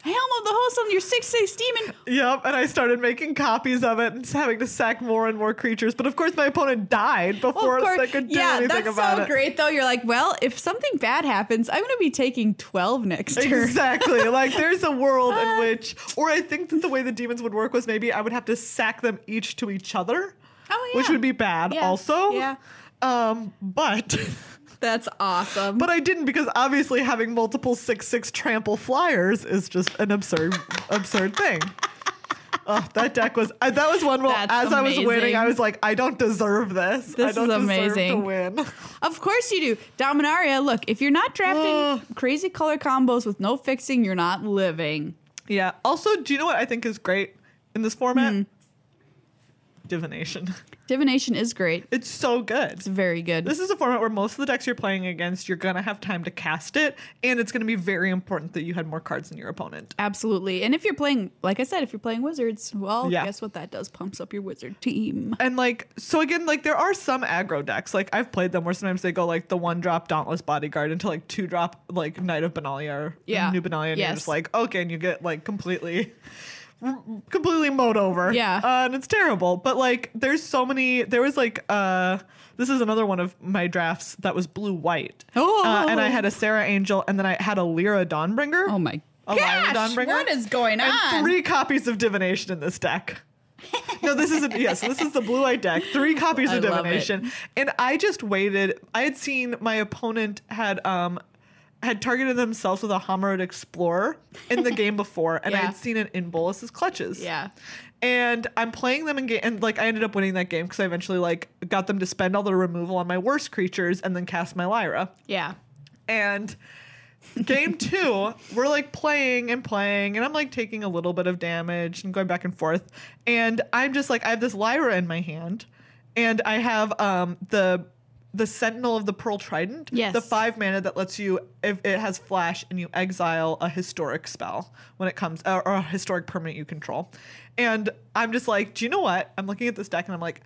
Speaker 1: Helm of the host on your six six demon.
Speaker 2: Yep, and I started making copies of it and having to sack more and more creatures. But of course, my opponent died before they could do
Speaker 1: yeah,
Speaker 2: anything
Speaker 1: that's
Speaker 2: about
Speaker 1: so
Speaker 2: it.
Speaker 1: great though. You're like, well, if something bad happens, I'm gonna be taking twelve next turn.
Speaker 2: Exactly. like there's a world in which, or I think that the way the demons would work was maybe I would have to sack them each to each other,
Speaker 1: Oh yeah.
Speaker 2: which would be bad
Speaker 1: Yeah.
Speaker 2: also.
Speaker 1: Yeah.
Speaker 2: Um, but
Speaker 3: That's awesome.
Speaker 2: But I didn't because obviously having multiple six six trample flyers is just an absurd absurd thing. Oh, that deck was uh, that was one. Well,
Speaker 1: That's
Speaker 2: as I was winning,
Speaker 1: amazing.
Speaker 2: I was like, I don't deserve this. I
Speaker 1: This
Speaker 2: don't
Speaker 1: is
Speaker 2: deserve to
Speaker 1: amazing.
Speaker 2: win.
Speaker 1: Of course you do. Dominaria, look, if you're not drafting
Speaker 2: Ugh.
Speaker 1: crazy color combos with no fixing, you're not living.
Speaker 2: yeah. Also, do you know what I think is great in this format?
Speaker 1: Hmm.
Speaker 2: Divination.
Speaker 1: Divination is great.
Speaker 2: It's so good.
Speaker 1: It's very good.
Speaker 2: This is a format where most of the decks you're playing against, you're gonna have time to cast it, and it's gonna be very important that you had more cards than your opponent.
Speaker 1: Absolutely. And if you're playing, like I said, if you're playing wizards, well,
Speaker 2: Yeah.
Speaker 1: guess what that does? Pumps up your wizard team.
Speaker 2: And like, so again, like there are some aggro decks. Like I've played them where sometimes they go like the one drop Dauntless Bodyguard into like two drop like Knight of Benalia or
Speaker 1: Yeah.
Speaker 2: New Benalia, and you're just
Speaker 1: Yes.
Speaker 2: like, okay, and you get like completely, completely mowed over.
Speaker 1: Yeah.
Speaker 2: uh, and it's terrible. But like, there's so many. There was like, uh, this is another one of my drafts that was blue white.
Speaker 1: Oh.
Speaker 2: Uh, and I had a Sarah Angel, and then I had a Lyra Dawnbringer.
Speaker 1: Oh my
Speaker 2: A Lyra
Speaker 1: gosh.
Speaker 2: Dawnbringer.
Speaker 1: What is going
Speaker 2: And
Speaker 1: on?
Speaker 2: three copies of divination in this deck. no, this isn't. Yes, this is the blue eyed deck. Three copies
Speaker 1: I
Speaker 2: of
Speaker 1: love it.
Speaker 2: divination, and I just waited. I had seen my opponent had um had targeted themselves with a Homerod Explorer in the game before, and I
Speaker 1: Yeah.
Speaker 2: had seen it in Bolus's clutches.
Speaker 1: Yeah.
Speaker 2: And I'm playing them in game, and like I ended up winning that game because I eventually like got them to spend all the removal on my worst creatures and then cast my Lyra.
Speaker 1: Yeah.
Speaker 2: And game two, we're like playing and playing, and I'm like taking a little bit of damage and going back and forth. And I'm just like, I have this Lyra in my hand, and I have um the the Sentinel of the Pearl Trident.
Speaker 1: Yes.
Speaker 2: The five mana that lets you, if it has flash and you exile a historic spell when it comes, or, or a historic permanent you control. And I'm just like, do you know what? I'm looking at this deck and I'm like,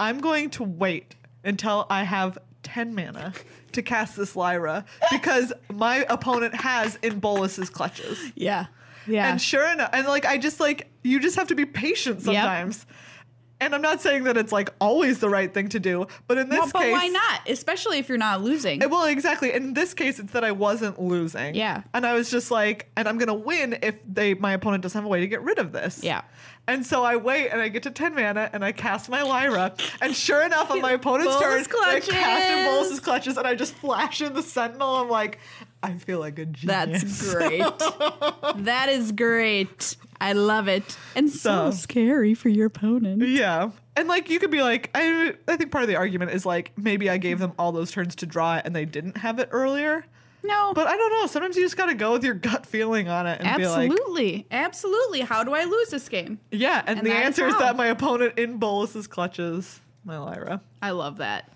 Speaker 2: I'm going to wait until I have 10 mana to cast this Lyra because my opponent has in Bolus's clutches.
Speaker 1: Yeah. Yeah.
Speaker 2: And sure enough, and like I just like you just have to be patient sometimes. And I'm not saying that it's like always the right thing to do, but in this
Speaker 1: Well, Oh, but
Speaker 2: case,
Speaker 1: why not? Especially if you're not losing.
Speaker 2: Well, exactly. In this case, it's that I wasn't losing.
Speaker 1: Yeah.
Speaker 2: And I was just like, and I'm gonna win if they my opponent doesn't have a way to get rid of this.
Speaker 1: Yeah.
Speaker 2: And so I wait, and I get to ten mana, and I cast my Lyra, and sure enough, on my opponent's
Speaker 1: Bolus
Speaker 2: turn, I cast in
Speaker 1: clutches.
Speaker 2: Bolus's clutches, and I just flash in the Sentinel. I'm like, I feel like a genius.
Speaker 1: That's great. that is great. I love it. And so,
Speaker 2: So-
Speaker 1: scary for your opponent.
Speaker 2: Yeah. And like you could be like, I I think part of the argument is like maybe I gave them all those turns to draw it and they didn't have it earlier.
Speaker 1: No.
Speaker 2: But I don't know. Sometimes you just gotta go with your gut feeling on it and be like,
Speaker 1: absolutely. absolutely. How do I lose this game?
Speaker 2: yeah. And,
Speaker 1: And
Speaker 2: the
Speaker 1: that is
Speaker 2: answer is
Speaker 1: how.
Speaker 2: that my opponent in Bolus's clutches, my Lyra.
Speaker 1: I love that.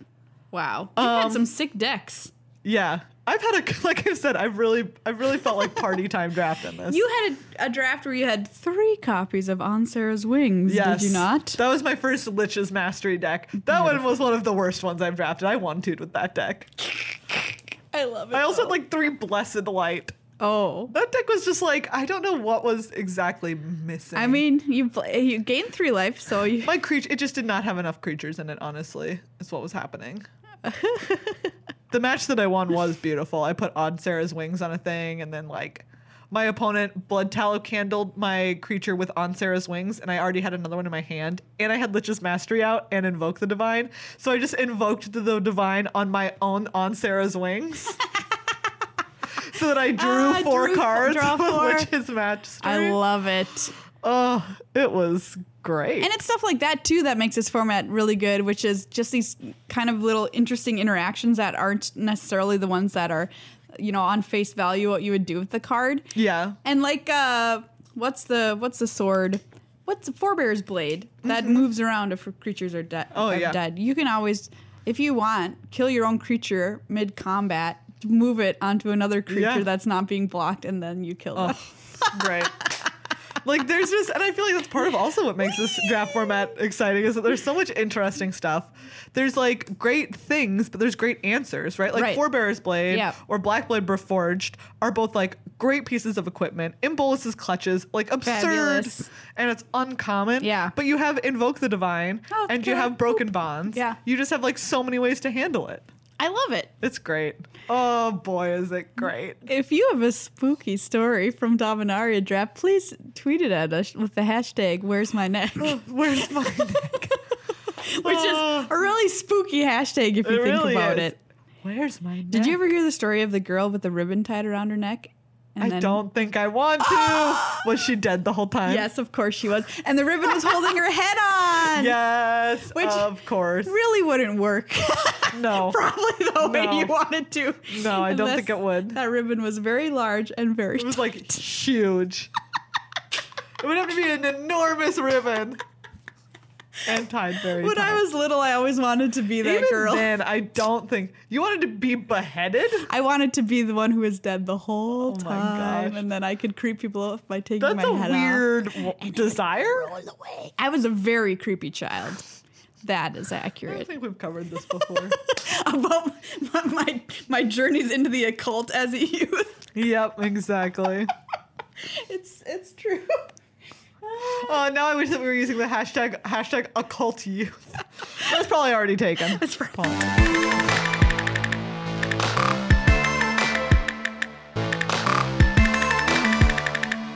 Speaker 1: Wow. You've had
Speaker 2: Um,
Speaker 1: some sick decks.
Speaker 2: Yeah. I've had a like I've said, I've really I've really felt like party time draft in this.
Speaker 1: You had a, a draft where you had three copies of On Sarah's Wings, did you not?
Speaker 2: That was my first Lich's Mastery deck. That one was one of the worst ones I've drafted. I one would with that deck.
Speaker 1: I love it.
Speaker 2: I also had
Speaker 1: though.
Speaker 2: like three Blessed Light.
Speaker 1: Oh.
Speaker 2: That deck was just like I don't know what was exactly missing.
Speaker 1: I mean, you play, you gain three life, so you,
Speaker 2: my creature it just did not have enough creatures in it. Honestly, is what was happening. the match that I won was beautiful. I put Odd Sarah's wings on a thing, and then like my opponent blood tallow candled my creature with On Sarah's wings, and I already had another one in my hand, and I had Lich's Mastery out and invoke the divine. So I just invoked the, the divine on my own On Sarah's wings. So that I drew
Speaker 1: Ah,
Speaker 2: four
Speaker 1: drew-
Speaker 2: cards,
Speaker 1: draw four.
Speaker 2: which is matched.
Speaker 1: I love it.
Speaker 2: Oh, it was great.
Speaker 1: And it's stuff like that too that makes this format really good, which is just these kind of little interesting interactions that aren't necessarily the ones that are, you know, on face value what you would do with the card.
Speaker 2: yeah.
Speaker 1: And like uh what's the what's the sword? What's the forebear's blade that moves around if creatures are, de-
Speaker 2: Mm-hmm. Oh,
Speaker 1: are
Speaker 2: yeah.
Speaker 1: dead? You can always if you want, kill your own creature mid combat, move it onto another creature
Speaker 2: Yeah.
Speaker 1: that's not being blocked and then you kill them.
Speaker 2: Right. like there's just and I feel like that's part of also what makes this draft format exciting is that there's so much interesting stuff. There's like great things, but there's great answers, right? Like
Speaker 1: Right.
Speaker 2: Forebear's Blade
Speaker 1: Yeah.
Speaker 2: or Black Blade Reforged are both like great pieces of equipment. In Bolus's clutches, like absurd
Speaker 1: Fabulous.
Speaker 2: and it's uncommon.
Speaker 1: Yeah.
Speaker 2: But you have Invoke the Divine
Speaker 1: Oh,
Speaker 2: and you
Speaker 1: God.
Speaker 2: have Broken Bonds.
Speaker 1: Yeah.
Speaker 2: You just have like so many ways to handle it.
Speaker 1: I love it.
Speaker 2: It's great. Oh boy, is it great.
Speaker 1: If you have a spooky story from Dominaria Draft, please tweet it at us with the hashtag Where's My Neck, which
Speaker 2: Where's my neck?
Speaker 1: is a really spooky hashtag if you think about
Speaker 2: is.
Speaker 1: it.
Speaker 2: Where's my neck?
Speaker 1: Did you ever hear the story of the girl with the ribbon tied around her neck? And
Speaker 2: I
Speaker 1: then-
Speaker 2: don't think I want to. was she dead the whole time?
Speaker 1: Yes, of course she was. And the ribbon was holding her head on.
Speaker 2: Yes.
Speaker 1: Which-
Speaker 2: of course.
Speaker 1: Really wouldn't work.
Speaker 2: No.
Speaker 1: Probably the
Speaker 2: No.
Speaker 1: way you wanted to.
Speaker 2: No, I don't think it would.
Speaker 1: That ribbon was very large and very
Speaker 2: It was like huge. it would have to be an enormous ribbon. And tied very
Speaker 1: When I
Speaker 2: tight.
Speaker 1: was little, I always wanted to be that
Speaker 2: Even
Speaker 1: girl.
Speaker 2: then, I don't think you wanted to be beheaded.
Speaker 1: I wanted to be the one who was dead the whole
Speaker 2: Oh my
Speaker 1: time,
Speaker 2: gosh.
Speaker 1: and then I could creep people off by taking
Speaker 2: That's
Speaker 1: my
Speaker 2: a
Speaker 1: head
Speaker 2: weird w- desire.
Speaker 1: off. I was a very creepy child. That is
Speaker 2: I don't
Speaker 1: accurate.
Speaker 2: think we've covered this before.
Speaker 1: About my, my my journeys into the occult as a youth.
Speaker 2: yep, exactly.
Speaker 1: It's it's true.
Speaker 2: Oh, now I wish that we were using the hashtag hashtag occult youth. That's probably already taken.
Speaker 1: That's right.
Speaker 2: Paul.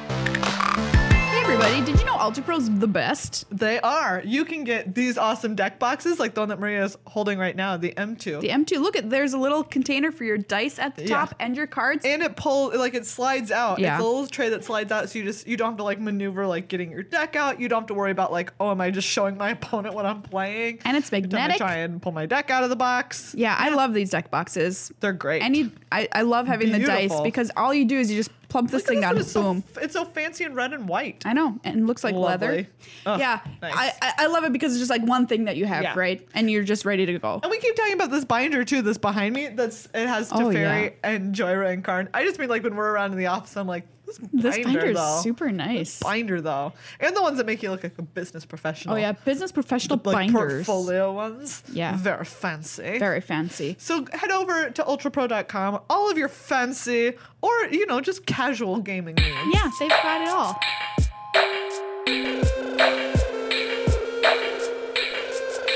Speaker 1: Hey everybody, did you know Ultrapro's the best?
Speaker 2: They are. You can get these awesome deck boxes, like the one that Maria is holding right now, the M2.
Speaker 1: The M2. Look at there's a little container for your dice at the
Speaker 2: Yeah.
Speaker 1: top and your cards.
Speaker 2: and it pull like it slides out.
Speaker 1: Yeah.
Speaker 2: It's a little tray that slides out, so you just you don't have to like maneuver like getting your deck out. You don't have to worry about like oh am I just showing my opponent what I'm playing?
Speaker 1: And it's
Speaker 2: Every time
Speaker 1: magnetic.
Speaker 2: I try and pull my deck out of the box.
Speaker 1: yeah, I love these deck boxes.
Speaker 2: They're great.
Speaker 1: Any, I, I love having the dice
Speaker 2: Beautiful.
Speaker 1: because all you do is you just plump this
Speaker 2: Look at
Speaker 1: thing
Speaker 2: this
Speaker 1: down,
Speaker 2: one,
Speaker 1: boom.
Speaker 2: It's so, f- it's so fancy and red and white.
Speaker 1: I know, and it looks like leather.
Speaker 2: Lovely. Ugh,
Speaker 1: yeah,
Speaker 2: nice.
Speaker 1: I, I I love it because it's just like one thing that you have,
Speaker 2: Yeah. Oh,
Speaker 1: right? And you're just ready to go.
Speaker 2: And we keep talking about this binder too. This behind me, that's it has
Speaker 1: Oh,
Speaker 2: Teferi and Joyra and Karn. I just mean like when we're around in the office, I'm like this binder,
Speaker 1: This binder
Speaker 2: though.
Speaker 1: is super nice.
Speaker 2: binder though, and the ones that make you look like a business professional.
Speaker 1: Oh yeah, business professional
Speaker 2: like
Speaker 1: binders,
Speaker 2: portfolio ones.
Speaker 1: Yeah.
Speaker 2: Very fancy.
Speaker 1: very fancy.
Speaker 2: so head over to ultrapro.com, all of your fancy or, you know, just casual gaming needs.
Speaker 1: Yeah, they've got it all.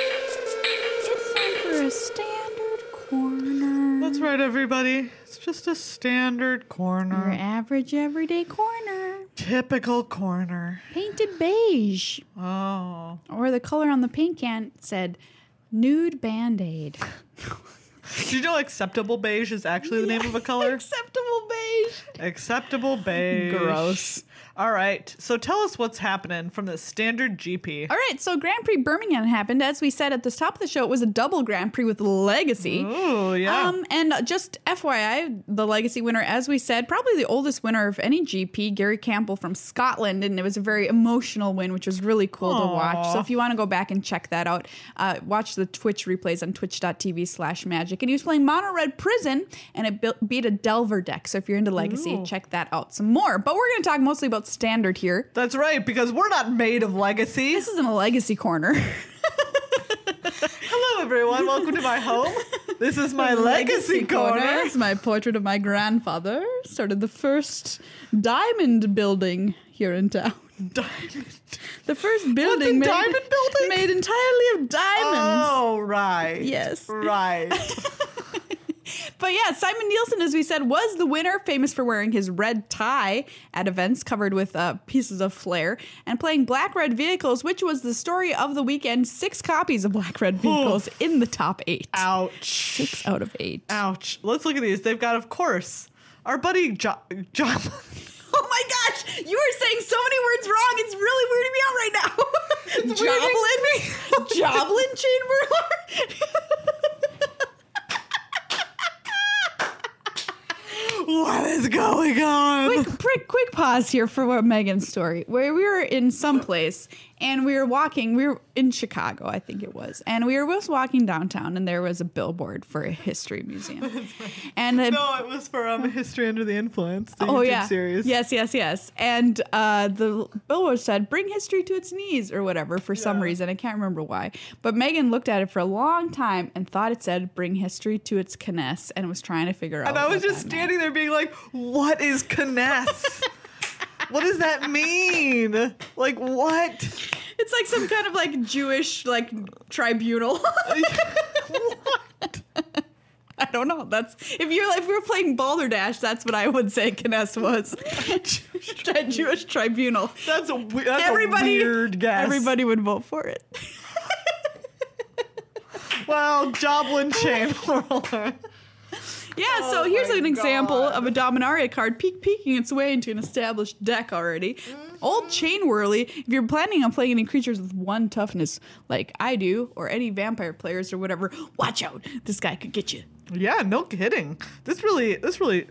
Speaker 1: It's time for a standard corner.
Speaker 2: That's right, everybody. It's just a standard
Speaker 1: Your
Speaker 2: corner,
Speaker 1: average everyday corner,
Speaker 2: typical corner.
Speaker 1: painted beige.
Speaker 2: Oh.
Speaker 1: Or the color on the paint can said nude band aid.
Speaker 2: Do you know acceptable beige is actually the name of a color?
Speaker 1: Acceptable beige.
Speaker 2: acceptable beige.
Speaker 1: Gross.
Speaker 2: All right. So tell us what's happening from the standard GP.
Speaker 1: All right, so Grand Prix Birmingham happened. As we said at the top of the show, it was a double Grand Prix with legacy.
Speaker 2: Ooh, yeah.
Speaker 1: Um, and just FYI, the legacy winner, as we said, probably the oldest winner of any GP, Gary Campbell from Scotland, and it was a very emotional win, which was really cool to watch. So
Speaker 2: Aw.
Speaker 1: if you want to go back and check that out, uh, watch the Twitch replays on twitch.tv slash magic. And he was playing Mono Red Prison, and it built, beat a Delver deck. So if you're into legacy,
Speaker 2: Ooh.
Speaker 1: check that out some more. But we're going to talk mostly about standard here.
Speaker 2: That's right, because we're not made of legacy.
Speaker 1: This isn't a legacy corner.
Speaker 2: Hello, everyone. Welcome to my home. This is my legacy corner.
Speaker 1: It's my portrait of my grandfather. Started the first diamond building here in town.
Speaker 2: Diamond.
Speaker 1: The first building made,
Speaker 2: diamond building?
Speaker 1: made entirely of diamonds.
Speaker 2: Oh, right.
Speaker 1: Yes.
Speaker 2: Right.
Speaker 1: But yeah, Simon Nielsen, as we said, was the winner, famous for wearing his red tie at events covered with uh, pieces of flair and playing Black Red Vehicles, which was the story of the weekend. Six copies of Black Red Vehicles in the top eight.
Speaker 2: Ouch.
Speaker 1: Six out of eight.
Speaker 2: Ouch. Let's look at these. They've got, of course, our buddy John. John
Speaker 1: Oh my gosh, you are saying so many words wrong. It's really weirding me out right now. Joblin, Joblin chain whirler.
Speaker 2: what is going on?
Speaker 1: quick, quick, quick pause here for what Megan's story. Where we were in some place and we were walking. We were in Chicago, I think it was, and we were just walking downtown, and there was a billboard for a history museum, and the
Speaker 2: No, it was for um, History Under the Influence, the
Speaker 1: oh
Speaker 2: YouTube
Speaker 1: yeah
Speaker 2: series.
Speaker 1: yes yes yes and uh, the billboard said bring history to its knees or whatever for some
Speaker 2: Yeah.
Speaker 1: reason i can't remember why but megan looked at it for a long time and thought it said bring history to its kness and was trying to figure out
Speaker 2: And I
Speaker 1: what
Speaker 2: was just
Speaker 1: that meant.
Speaker 2: standing there being like, what is Kness? what does that mean? Like, what?
Speaker 1: it's like some kind of like jewish like tribunal
Speaker 2: what?
Speaker 1: i don't know that's if you're if we were playing balderdash that's what i would say kness was Tri- jewish tribunal
Speaker 2: That's a, we- that's
Speaker 1: everybody
Speaker 2: a weird guess.
Speaker 1: everybody would vote for it
Speaker 2: Well, Joblin chain whirler.
Speaker 1: Yeah, so
Speaker 3: Oh
Speaker 1: here's
Speaker 3: my
Speaker 1: an example
Speaker 3: God.
Speaker 1: of a Dominaria card peek peeking its way into an established deck already. Old Chain Whirly, if you're planning on playing any creatures with one toughness like I do, or any vampire players or whatever, watch out. This guy could get you.
Speaker 2: Yeah, no kidding. This really, this really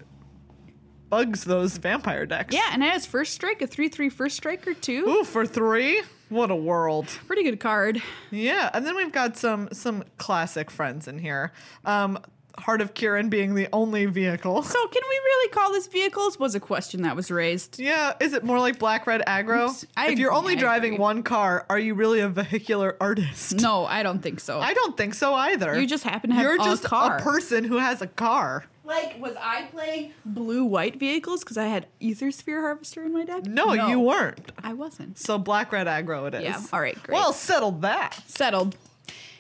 Speaker 2: bugs those vampire decks.
Speaker 1: Yeah, and it has first strike, a 3 3 first striker too.
Speaker 2: Ooh, for three, what a world.
Speaker 1: Pretty good card.
Speaker 2: Yeah, and then we've got some some classic friends in here. Um, Heart of Kieran being the only vehicle.
Speaker 1: So, can we really call this vehicles? Was a question that was raised.
Speaker 2: Yeah, is it more like black red aggro?
Speaker 1: Oops, I
Speaker 2: if you're only
Speaker 1: agree, I
Speaker 2: driving
Speaker 1: agree.
Speaker 2: one car, are you really a vehicular artist?
Speaker 1: No, I don't think so.
Speaker 2: I don't think so either.
Speaker 1: You just happen to have
Speaker 2: You're
Speaker 1: a
Speaker 2: just
Speaker 1: car.
Speaker 2: a person who has a car.
Speaker 1: like, was I playing blue white vehicles because I had Ether Sphere Harvester in my deck?
Speaker 2: No, you weren't.
Speaker 1: I wasn't.
Speaker 2: So black red aggro it is.
Speaker 1: Yeah, all right, great.
Speaker 2: Well, settled that.
Speaker 1: Settled.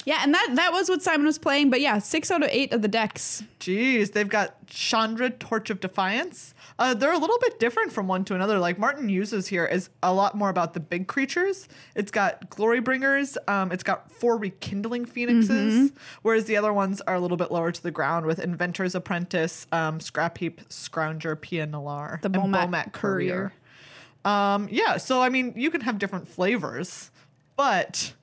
Speaker 1: Yeah, and that that was what Simon was playing. But yeah, six out of eight of the decks.
Speaker 2: Jeez, they've got Chandra Torch of Defiance. Uh, they're a little bit different from one to another. Like Martin uses here is a lot more about the big creatures. It's got Glory Bringers. Um, it's got four Rekindling
Speaker 1: Mm-hmm.
Speaker 2: Phoenixes, whereas the other ones are a little bit lower to the ground with Inventor's Apprentice, um, Scrap Heap, Scrounger, PNLR,
Speaker 1: The
Speaker 2: and
Speaker 1: Bomat Courier.
Speaker 2: Um, yeah, so I mean, you can have different flavors, but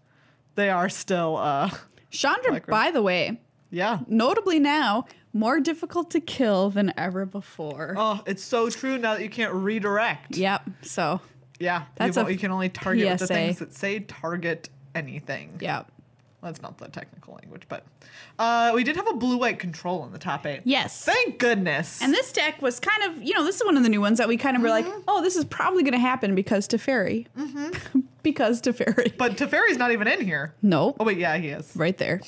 Speaker 2: they are still, uh,
Speaker 1: Chandra,
Speaker 2: Like her.
Speaker 1: by the way,
Speaker 2: yeah.
Speaker 1: notably now more difficult to kill than ever before.
Speaker 2: Oh, it's so true now that you can't redirect.
Speaker 1: Yep. So
Speaker 2: Yeah,
Speaker 1: That's
Speaker 2: you,
Speaker 1: a
Speaker 2: you can only target with the
Speaker 1: PSA.
Speaker 2: things that say target anything.
Speaker 1: yeah.
Speaker 2: That's not the technical language, but uh, we did have a blue white control in the top eight.
Speaker 1: Yes.
Speaker 2: Thank goodness.
Speaker 1: And this deck was kind of, you know, this is one of the new ones that we kind of were like, oh, this is probably going to happen because Teferi. Mm-hmm. because Teferi.
Speaker 2: but Teferi's not even in here.
Speaker 1: no,
Speaker 2: Oh, wait, yeah, he is.
Speaker 1: right there.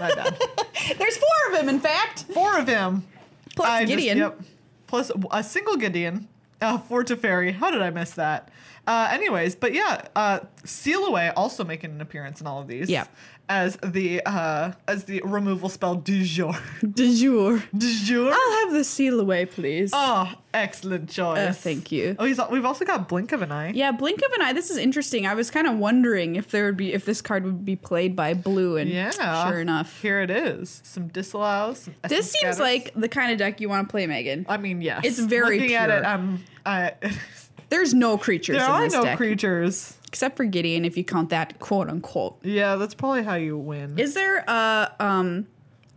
Speaker 2: My bad.
Speaker 1: There's four of them, in fact.
Speaker 2: Four of him.
Speaker 1: Plus
Speaker 2: I just-
Speaker 1: Gideon.
Speaker 2: yep. Plus a single Gideon. Uh, for Teferi. How did I miss that? Uh, anyways, but yeah, uh, Seal Away also making an appearance in all of these.
Speaker 1: Yeah.
Speaker 2: As the uh, as the removal spell du jour.
Speaker 1: De jour.
Speaker 2: du jour.
Speaker 1: I'll have the seal away, please.
Speaker 2: Oh, excellent choice.
Speaker 1: Uh, thank you.
Speaker 2: Oh, he's, we've also got Blink of an Eye.
Speaker 1: Yeah, blink of an eye. This is interesting. I was kind of wondering if there would be if this card would be played by blue, and
Speaker 2: Yeah.
Speaker 1: sure enough,
Speaker 2: Here it is. Some disallows. some
Speaker 1: this
Speaker 2: essence
Speaker 1: seems
Speaker 2: scatters.
Speaker 1: like the kind of deck you want to play, Megan.
Speaker 2: I mean, yes.
Speaker 1: It's very
Speaker 2: Looking at it,
Speaker 1: pure.
Speaker 2: um, I,
Speaker 1: There's no creatures
Speaker 2: there
Speaker 1: in
Speaker 2: are
Speaker 1: this
Speaker 2: no
Speaker 1: deck
Speaker 2: creatures.
Speaker 1: except for Gideon, if you count that quote unquote.
Speaker 2: Yeah, that's probably how you win.
Speaker 1: Is there a um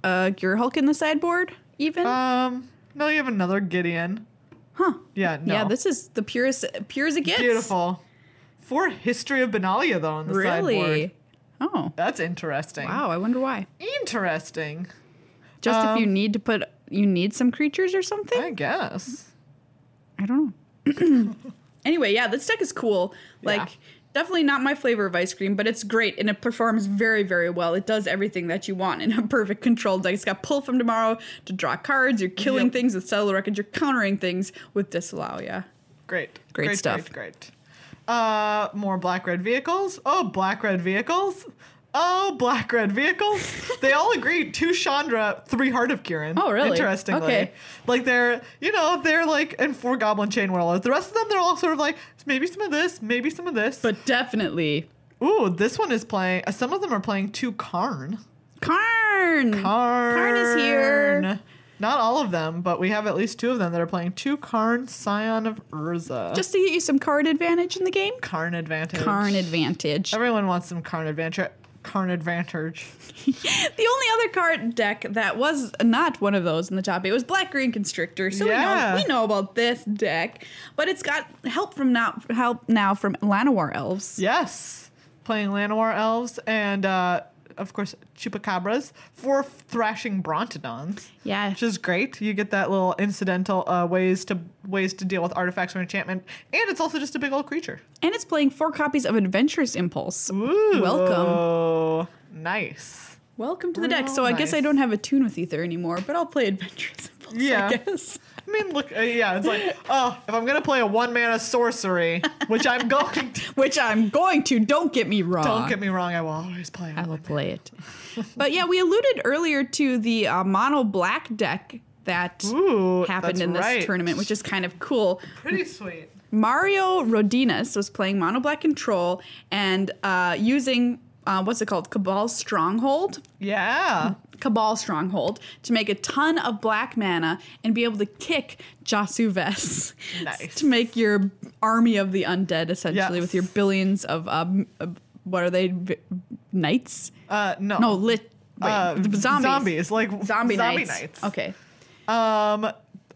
Speaker 1: a Gearhulk in the sideboard even?
Speaker 2: um, no, you have another Gideon.
Speaker 1: huh.
Speaker 2: Yeah, no.
Speaker 1: Yeah, this is the purest pure as it gets.
Speaker 2: beautiful. For history of Benalia though on the
Speaker 1: Really?
Speaker 2: sideboard.
Speaker 1: Oh.
Speaker 2: That's interesting.
Speaker 1: Wow, I wonder why.
Speaker 2: Interesting.
Speaker 1: Just
Speaker 2: Um,
Speaker 1: if you need to put you need some creatures or something?
Speaker 2: I guess.
Speaker 1: I don't know. anyway, yeah, this deck is cool. Like,
Speaker 2: Yeah.
Speaker 1: definitely not my flavor of ice cream, but it's great and it performs very, very well. It does everything that you want in a perfect control deck. It's got pull from tomorrow to draw cards. You're killing
Speaker 2: Yep.
Speaker 1: things with settle records. You're countering things with disallow. Yeah,
Speaker 2: Great.
Speaker 1: Great stuff.
Speaker 2: Great. great. Uh, more black red vehicles. Oh, black red vehicles. Oh, black red vehicles. they all agree. Two Chandra, three Heart of Kieran.
Speaker 1: Oh, really?
Speaker 2: Interestingly,
Speaker 1: Okay.
Speaker 2: like they're you know they're like and four Goblin Chain Whirlers. The rest of them they're all sort of like maybe some of this, maybe some of this.
Speaker 1: but definitely
Speaker 2: ooh, this one is playing. Uh, some of them are playing two Karn.
Speaker 1: Karn.
Speaker 2: Karn.
Speaker 1: is here.
Speaker 2: Not all of them, but we have at least two of them that are playing two Karn Scion of Urza.
Speaker 1: Just to get you some card advantage in the game.
Speaker 2: Karn advantage.
Speaker 1: Karn advantage.
Speaker 2: Everyone wants some Karn advantage. Karn advantage.
Speaker 1: The only other card deck that was not one of those in the top eight was Black Green Constrictor. So
Speaker 2: Yeah.
Speaker 1: we know we know about this deck, but it's got help from now help now from Lanowar Elves.
Speaker 2: Yes, playing Llanowar elves and uh, of course chupacabras for thrashing Brontodons,
Speaker 1: Yeah,
Speaker 2: which is great. You get that little incidental uh, ways to ways to deal with artifacts or enchantment, and it's also just a big old creature.
Speaker 1: and it's playing four copies of Adventurous Impulse.
Speaker 2: Ooh,
Speaker 1: Welcome,
Speaker 2: nice.
Speaker 1: welcome to the
Speaker 2: Real
Speaker 1: deck. So I guess I
Speaker 2: nice.
Speaker 1: don't have a tune with Ether anymore, but I'll play Adventurous Impulse.
Speaker 2: Yeah.
Speaker 1: I guess.
Speaker 2: I mean, look, uh, yeah, it's like, oh, if I'm gonna play a one mana sorcery, which I'm going to,
Speaker 1: Which I'm going to. Don't get me wrong.
Speaker 2: don't get me wrong, I will always play. a
Speaker 1: I will play it. but yeah, we alluded earlier to the uh, mono black deck that
Speaker 2: Ooh,
Speaker 1: happened
Speaker 2: that's
Speaker 1: in this
Speaker 2: right.
Speaker 1: tournament, which is kind of cool.
Speaker 2: Pretty sweet.
Speaker 1: Mario Rodinus was playing mono black control and uh, using uh, what's it called, Cabal's Stronghold,
Speaker 2: Yeah.
Speaker 1: Cabal Stronghold to make a ton of black mana and be able to kick Jasu Vess
Speaker 2: Nice.
Speaker 1: to make your army of the undead essentially
Speaker 2: Yes.
Speaker 1: with your billions of um, uh, what are they v- knights?
Speaker 2: Uh, no.
Speaker 1: No, lit wait,
Speaker 2: Uh,
Speaker 1: zombies.
Speaker 2: zombies, like
Speaker 1: Zombie,
Speaker 2: zombie
Speaker 1: knights.
Speaker 2: knights.
Speaker 1: Okay.
Speaker 2: Um,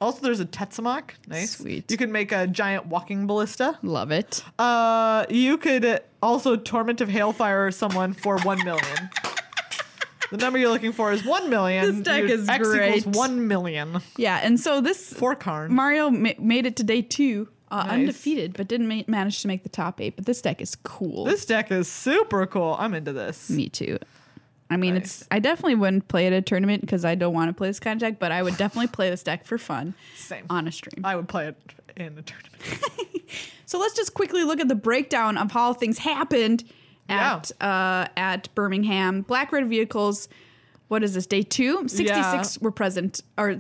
Speaker 2: also, there's a Tetsamok. Nice.
Speaker 1: Sweet.
Speaker 2: You can make a giant walking ballista.
Speaker 1: Love it.
Speaker 2: Uh, you could also Torment of Hailfire someone for 1 million. the number you're looking for is 1 million.
Speaker 1: This deck
Speaker 2: Your
Speaker 1: is
Speaker 2: X
Speaker 1: great.
Speaker 2: equals 1 million.
Speaker 1: Yeah, and so this
Speaker 2: For Karn.
Speaker 1: Mario ma- made it to day 2 uh,
Speaker 2: Nice.
Speaker 1: undefeated but didn't ma- manage to make the top 8, but this deck is cool.
Speaker 2: this deck is super cool. I'm into this.
Speaker 1: Me too. I mean, it's. I definitely wouldn't play at a tournament because I don't want to play this kind of deck, but I would definitely play this deck for fun
Speaker 2: Same.
Speaker 1: on a stream.
Speaker 2: I would play it in a tournament.
Speaker 1: So let's just quickly look at the breakdown of how things happened at uh, at Birmingham. Black red vehicles. What is this day two? Sixty six were present or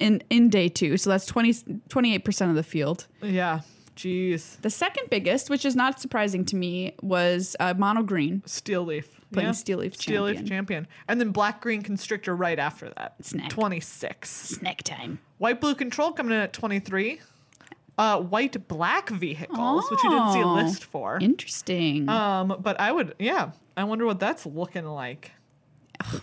Speaker 1: in in day two. So that's 28 percent of the field.
Speaker 2: yeah. Jeez.
Speaker 1: The second biggest, which is not surprising to me, was uh, mono green.
Speaker 2: Steel Leaf.
Speaker 1: Playing Steel Leaf
Speaker 2: Steel Leaf
Speaker 1: Champion.
Speaker 2: Champion. And then Black Green Constrictor right after that.
Speaker 1: Snack.
Speaker 2: 26.
Speaker 1: Snack time.
Speaker 2: White blue control coming in at 23. Uh, white black vehicles, which you didn't see a
Speaker 1: Oh.
Speaker 2: list for.
Speaker 1: Interesting.
Speaker 2: Um, but I would, yeah, I wonder what that's looking like.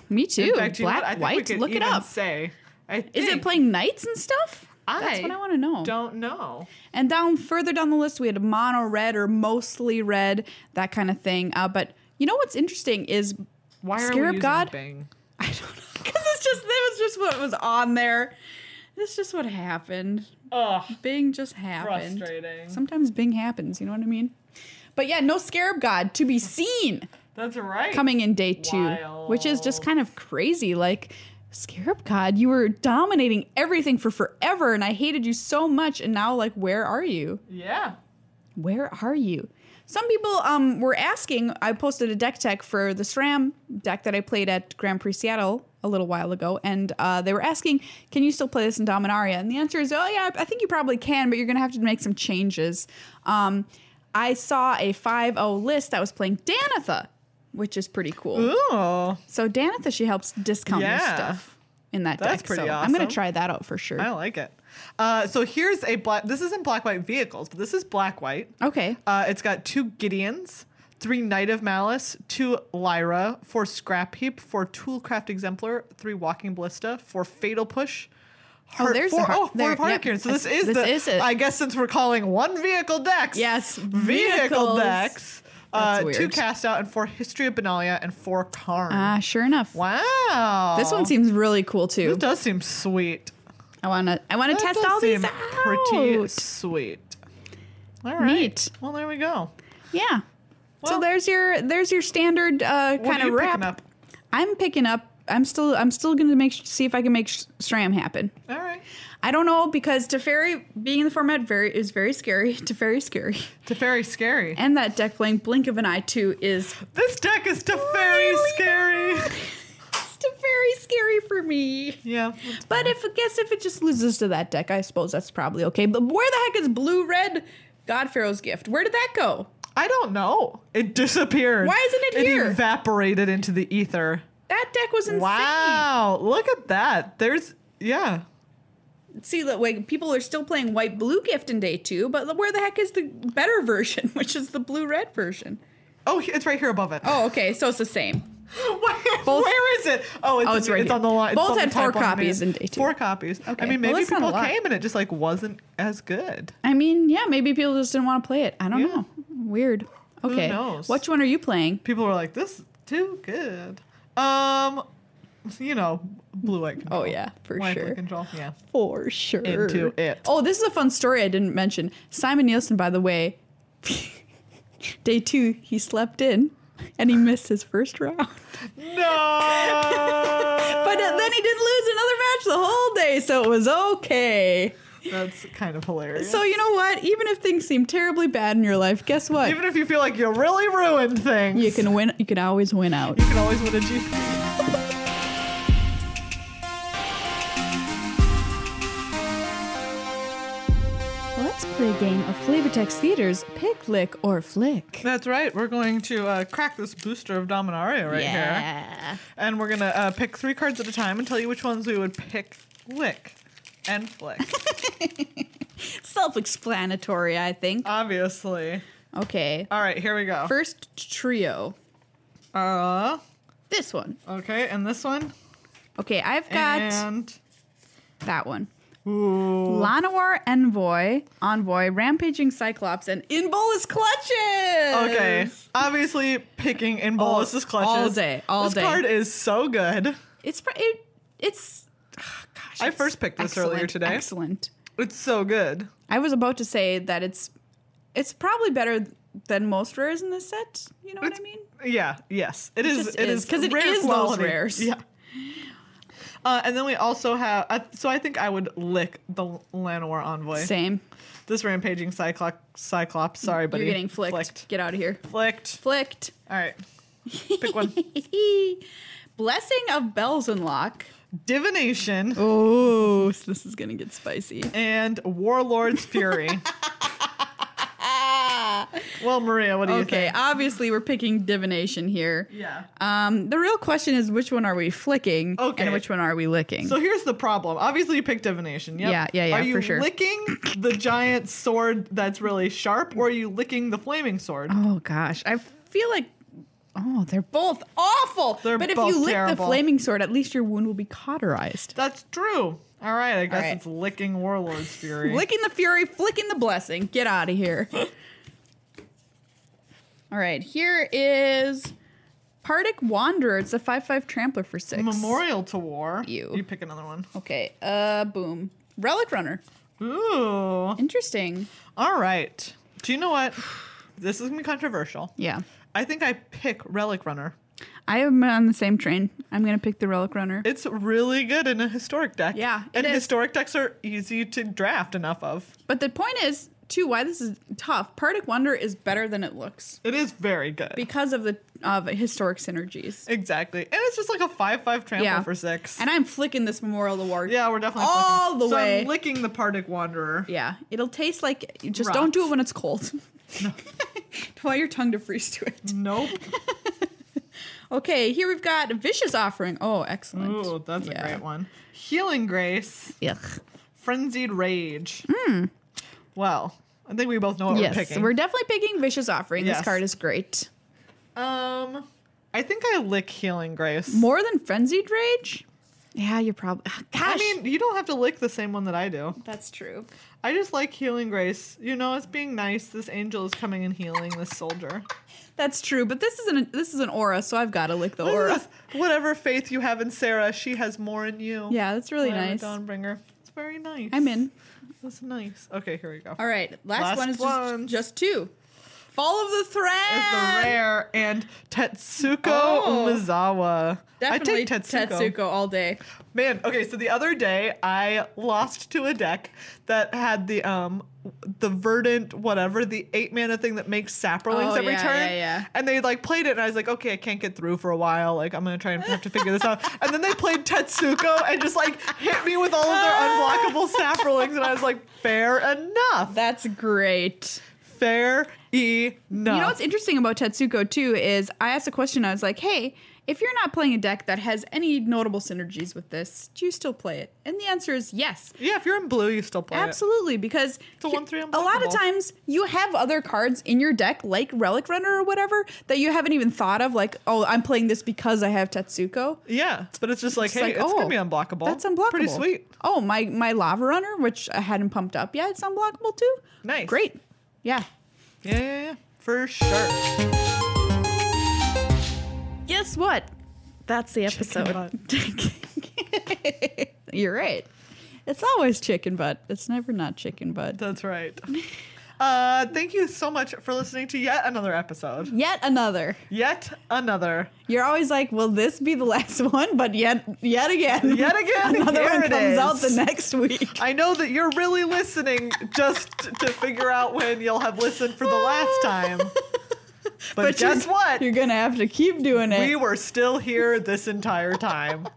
Speaker 1: me too.
Speaker 2: In fact, you know what? I
Speaker 1: Black,
Speaker 2: think we
Speaker 1: white.
Speaker 2: could
Speaker 1: Look it
Speaker 2: even
Speaker 1: up.
Speaker 2: Say, I think
Speaker 1: Is it playing knights and stuff? That's
Speaker 2: I
Speaker 1: what I want to know.
Speaker 2: Don't know.
Speaker 1: And down further down the list, we had mono red or mostly red, that kind of thing. Uh, but you know what's interesting is
Speaker 2: Why are we
Speaker 1: Scarab
Speaker 2: using
Speaker 1: God?
Speaker 2: Bing?
Speaker 1: I don't know because it's just that was just what was on there. It's just what happened.
Speaker 2: Ugh,
Speaker 1: Bing just happened.
Speaker 2: frustrating.
Speaker 1: Sometimes Bing happens. You know what I mean? But yeah, no Scarab God to be seen
Speaker 2: That's right.
Speaker 1: coming in day two, which is just
Speaker 2: Wild.
Speaker 1: kind of crazy. Like, Scarab God, you were dominating everything for forever, and I hated you so much. And now, like, where are you?
Speaker 2: Yeah.
Speaker 1: where are you? Some people um, were asking. I posted a deck tech for the SRAM deck that I played at Grand Prix Seattle a little while ago, and uh, they were asking, "Can you still play this in Dominaria?" And the answer is, "Oh yeah, I think you probably can, but you're gonna have to make some changes." Um, I saw a 5-0 list that was playing Danatha, which is pretty cool.
Speaker 2: Ooh,
Speaker 1: So Danatha, she helps discount your
Speaker 2: Yeah.
Speaker 1: stuff in that
Speaker 2: That's
Speaker 1: deck.
Speaker 2: pretty
Speaker 1: so I'm gonna
Speaker 2: awesome.
Speaker 1: try that out for sure.
Speaker 2: I like it. Uh, so here's a black. This isn't black white vehicles, but this is black white.
Speaker 1: Okay.
Speaker 2: Uh, it's got two Gideons, three Knight of Malice, two Lyra, four Scrap Heap, four Toolcraft Exemplar, three Walking Ballista, four Fatal Push. Heart,
Speaker 1: there's the
Speaker 2: four,
Speaker 1: heart-
Speaker 2: oh, four
Speaker 1: there-
Speaker 2: of Heart
Speaker 1: yep.
Speaker 2: Cairn. So this is
Speaker 1: This
Speaker 2: the.
Speaker 1: is it.
Speaker 2: I guess since we're calling one vehicle decks.
Speaker 1: Yes,
Speaker 2: vehicle
Speaker 1: vehicles.
Speaker 2: decks.
Speaker 1: That's
Speaker 2: Uh, two
Speaker 1: weird.
Speaker 2: cast out and four History of Benalia and four Karn.
Speaker 1: Ah, sure enough.
Speaker 2: wow.
Speaker 1: This one seems really cool too.
Speaker 2: This does seem sweet.
Speaker 1: I wanna I wanna
Speaker 2: That
Speaker 1: test
Speaker 2: does
Speaker 1: all these
Speaker 2: seem
Speaker 1: out.
Speaker 2: Pretty sweet. All right.
Speaker 1: Neat.
Speaker 2: Well, there we go.
Speaker 1: Yeah. so
Speaker 2: Well-
Speaker 1: there's your there's your standard uh,
Speaker 2: What
Speaker 1: kind
Speaker 2: are
Speaker 1: of
Speaker 2: you
Speaker 1: wrap.
Speaker 2: picking up?
Speaker 1: I'm picking up. I'm still I'm still gonna make see if I can make Sh- Stram happen.
Speaker 2: All right.
Speaker 1: I don't know because Teferi being in the format very is very scary. Teferi scary,
Speaker 2: Teferi scary.
Speaker 1: and that deck playing Blink of an Eye too is
Speaker 2: this deck is Teferi scary.
Speaker 1: it's Teferi scary for me.
Speaker 2: Yeah.
Speaker 1: But if I guess if it just loses to that deck, I suppose that's probably okay. But where the heck is blue red God Pharaoh's gift? Where did that go?
Speaker 2: I don't know. It disappeared.
Speaker 1: Why isn't it here?
Speaker 2: It evaporated into the ether.
Speaker 1: That deck was insane.
Speaker 2: Wow. Look at that. There's, yeah.
Speaker 1: see that like people are still playing white blue gift in day two but where the heck is the better version which is the blue red version
Speaker 2: Oh, it's right here above it.
Speaker 1: oh okay so it's the same
Speaker 2: Where,
Speaker 1: Both-
Speaker 2: where is it? Oh, it's,
Speaker 1: Oh, it's right
Speaker 2: it's
Speaker 1: here.
Speaker 2: on the line. it's
Speaker 1: Both
Speaker 2: on the
Speaker 1: had four
Speaker 2: top line.
Speaker 1: copies in day two.
Speaker 2: Four copies.
Speaker 1: Okay.
Speaker 2: I mean,
Speaker 1: Well,
Speaker 2: maybe
Speaker 1: that's not a
Speaker 2: people
Speaker 1: lot.
Speaker 2: came and it just like wasn't as good.
Speaker 1: i mean yeah maybe people just didn't want to play it i don't
Speaker 2: Yeah.
Speaker 1: know weird okay
Speaker 2: knows?
Speaker 1: which one are you playing
Speaker 2: People were like, "This is too good." Um, you know, blue white. Control.
Speaker 1: Oh, yeah, for
Speaker 2: White
Speaker 1: sure.
Speaker 2: Blue control. Yeah.
Speaker 1: for sure
Speaker 2: Into it.
Speaker 1: oh this is a fun story i didn't mention simon nielsen by the way day two he slept in and he missed his first round
Speaker 2: No.
Speaker 1: but uh, then he didn't lose another match the whole day so it was okay
Speaker 2: That's kind of hilarious.
Speaker 1: So you know what? Even if things seem terribly bad in your life, guess what?
Speaker 2: even if you feel like you really ruined things,
Speaker 1: you can win. You can always win out.
Speaker 2: you can always win a G.
Speaker 1: Let's play play a game of Flavor Text Theater's Pick, Lick, or Flick.
Speaker 2: That's right. We're going to uh, crack this booster of Dominaria right here.
Speaker 1: yeah.
Speaker 2: And we're going to uh, pick three cards at a time and tell you which ones we would pick, lick, and flick.
Speaker 1: Self explanatory, I think.
Speaker 2: Obviously.
Speaker 1: Okay.
Speaker 2: All right, here we go.
Speaker 1: First trio.
Speaker 2: Uh,
Speaker 1: This one.
Speaker 2: okay, and this one.
Speaker 1: Okay, I've got
Speaker 2: And.
Speaker 1: that one.
Speaker 2: Ooh.
Speaker 1: Lanowar Envoy, Envoy, Rampaging Cyclops, and In Bolus Clutches!
Speaker 2: Okay. Obviously, picking in Bolus's clutches.
Speaker 3: all day, all
Speaker 2: this
Speaker 3: day.
Speaker 2: card is so good.
Speaker 1: It's, pr- it, it's, ah, gosh.
Speaker 2: I
Speaker 1: it's
Speaker 2: first picked this earlier
Speaker 1: excellent,
Speaker 2: today.
Speaker 1: Excellent.
Speaker 2: It's so good.
Speaker 1: I was about to say that it's, it's probably better than most rares in this set. You know what I mean?
Speaker 2: Yeah. Yes. It is.
Speaker 1: just
Speaker 2: It
Speaker 1: is,
Speaker 2: is
Speaker 1: 'cause it
Speaker 2: rare
Speaker 1: is those
Speaker 2: quality.
Speaker 1: rares.
Speaker 2: Yeah. Uh, and then we also have. Uh, so I think I would lick the Lanowar envoy.
Speaker 1: Same.
Speaker 2: This rampaging cyclops. Cyclops. Sorry, buddy.
Speaker 1: You're getting flicked.
Speaker 2: Flicked.
Speaker 1: Get out of here.
Speaker 2: Flicked.
Speaker 1: Flicked.
Speaker 2: All right. Pick one.
Speaker 1: Blessing of Belzenlock.
Speaker 2: Divination
Speaker 1: Oh, this is gonna get spicy.
Speaker 2: and Warlord's Fury. well, Maria, what do you
Speaker 1: Okay,
Speaker 2: think?
Speaker 1: obviously we're picking divination here.
Speaker 2: Yeah.
Speaker 1: Um, the real question is which one are we flicking
Speaker 2: Okay.
Speaker 1: and which one are we licking?
Speaker 2: So here's the problem. Obviously, you picked divination. Yep.
Speaker 1: Yeah, yeah, yeah,
Speaker 2: Are you
Speaker 1: for sure.
Speaker 2: licking the giant sword that's really sharp, or are you licking the flaming sword?
Speaker 1: oh gosh, I feel like oh they're both awful.
Speaker 2: They're
Speaker 1: but if
Speaker 2: both
Speaker 1: you lick the
Speaker 2: terrible.
Speaker 1: flaming sword, at least your wound will be cauterized.
Speaker 2: That's true. All right. I guess
Speaker 1: right.
Speaker 2: it's licking Warlord's Fury.
Speaker 1: Licking the fury, flicking the blessing. Get out of here. All right, here is Partic Wanderer. It's a five-five trampler for six.
Speaker 2: Memorial to War.
Speaker 1: Ew.
Speaker 2: You pick another one.
Speaker 1: Okay. Uh, boom. Relic Runner.
Speaker 2: Ooh.
Speaker 1: Interesting.
Speaker 2: All right. Do you know what? This is gonna be controversial.
Speaker 1: Yeah.
Speaker 2: I think I pick Relic Runner.
Speaker 1: I am on the same train. I'm gonna pick the Relic Runner.
Speaker 2: It's really good in a historic deck.
Speaker 1: Yeah, it
Speaker 2: And
Speaker 1: is.
Speaker 2: historic decks are easy to draft enough of.
Speaker 1: But the point is, too, why this is tough. Partic Wonder is better than it looks
Speaker 2: It is very good.
Speaker 1: because of the of historic synergies.
Speaker 2: Exactly. And it's just like a 5 5 trample
Speaker 1: Yeah.
Speaker 2: for six.
Speaker 1: And I'm flicking this Memorial to War.
Speaker 2: yeah, we're definitely
Speaker 1: All
Speaker 2: flicking.
Speaker 1: the
Speaker 2: so
Speaker 1: way.
Speaker 2: I'm licking the Partic Wanderer.
Speaker 1: Yeah, it'll taste like. Just don't do it
Speaker 2: Rocks.
Speaker 1: when it's cold. Don't want your tongue to freeze to it.
Speaker 2: Nope.
Speaker 1: Okay, here we've got Vicious Offering. Oh, excellent.
Speaker 2: Ooh, that's
Speaker 1: Yeah.
Speaker 2: a great one. Healing Grace,
Speaker 1: Yuck.
Speaker 2: Frenzied Rage. Hmm. Well, I think we both know what
Speaker 1: yes,
Speaker 2: we're picking.
Speaker 1: we're definitely picking Vicious Offering. This
Speaker 2: Yes.
Speaker 1: card is great.
Speaker 2: um, I think I lick Healing Grace.
Speaker 1: More than Frenzied Rage? Yeah, you're probably. Gosh.
Speaker 2: I mean, you don't have to lick the same one that I do.
Speaker 1: that's true.
Speaker 2: I just like Healing Grace. You know, it's being nice. This angel is coming and healing this soldier.
Speaker 1: That's true, but this is an this is an aura, so I've got to lick the
Speaker 2: What is
Speaker 1: aura.
Speaker 2: this? Whatever faith you have in Sarah, she has more in you.
Speaker 1: Yeah, that's really
Speaker 2: Whatever
Speaker 1: nice.
Speaker 2: Dawnbringer. It's very nice.
Speaker 1: I'm in.
Speaker 2: That's nice. Okay, here we go.
Speaker 1: All right, last,
Speaker 2: Last
Speaker 1: one is
Speaker 2: one.
Speaker 1: just, just two. Fall of the thread.
Speaker 2: It's the rare and Tetsuko
Speaker 1: Oh.
Speaker 2: Umazawa.
Speaker 1: Definitely
Speaker 2: I take Tetsuko.
Speaker 1: Tetsuko all day.
Speaker 2: Man, okay, so the other day I lost to a deck that had the um the verdant whatever, the eight mana thing that makes sapperlings
Speaker 1: Oh,
Speaker 2: every
Speaker 1: yeah,
Speaker 2: turn.
Speaker 1: yeah, yeah.
Speaker 2: And they like played it and I was like, okay, I can't get through for a while. Like I'm gonna try and have to figure this out. And then they played Tetsuko and just like hit me with all of their unblockable sapperlings and I was like, fair enough.
Speaker 1: That's great.
Speaker 2: Fair enough.
Speaker 1: You know what's interesting about Tetsuko too is I asked a question. I was like, "Hey, if you're not playing a deck that has any notable synergies with this, do you still play it?" And the answer is yes.
Speaker 2: Yeah, if you're in blue, you still play it.
Speaker 1: Absolutely, because
Speaker 2: a
Speaker 1: he-
Speaker 2: 1-3
Speaker 1: a lot of
Speaker 2: unblockable.
Speaker 1: times you have other cards in your deck, like Relic Runner or whatever, that you haven't even thought of. Like, oh, I'm playing this because I have Tetsuko.
Speaker 2: Yeah, but it's just like,
Speaker 1: It's
Speaker 2: hey,
Speaker 1: like,
Speaker 2: it's
Speaker 1: oh,
Speaker 2: gonna be unblockable.
Speaker 1: That's unblockable.
Speaker 2: Pretty sweet.
Speaker 1: Oh, my my Lava Runner, which I hadn't pumped up yet, it's unblockable too.
Speaker 2: Nice.
Speaker 1: Great. Yeah.
Speaker 2: Yeah, yeah, yeah, for sure.
Speaker 1: Guess what? That's the
Speaker 2: Chicken
Speaker 1: episode. You're right. It's always chicken butt. It's never not chicken butt.
Speaker 2: That's right. Uh, thank you so much for listening to yet another episode.
Speaker 1: Yet another.
Speaker 2: Yet another.
Speaker 1: You're always like, will this be the last one? But yet, yet again,
Speaker 2: Yet again,
Speaker 1: another
Speaker 2: here
Speaker 1: one
Speaker 2: it
Speaker 1: comes
Speaker 2: is.
Speaker 1: out the next week.
Speaker 2: I know that you're really listening just t- to figure out when you'll have listened for the last time. But, guess
Speaker 1: you're,
Speaker 2: what?
Speaker 1: You're gonna have to keep doing it.
Speaker 2: We were still here this entire time.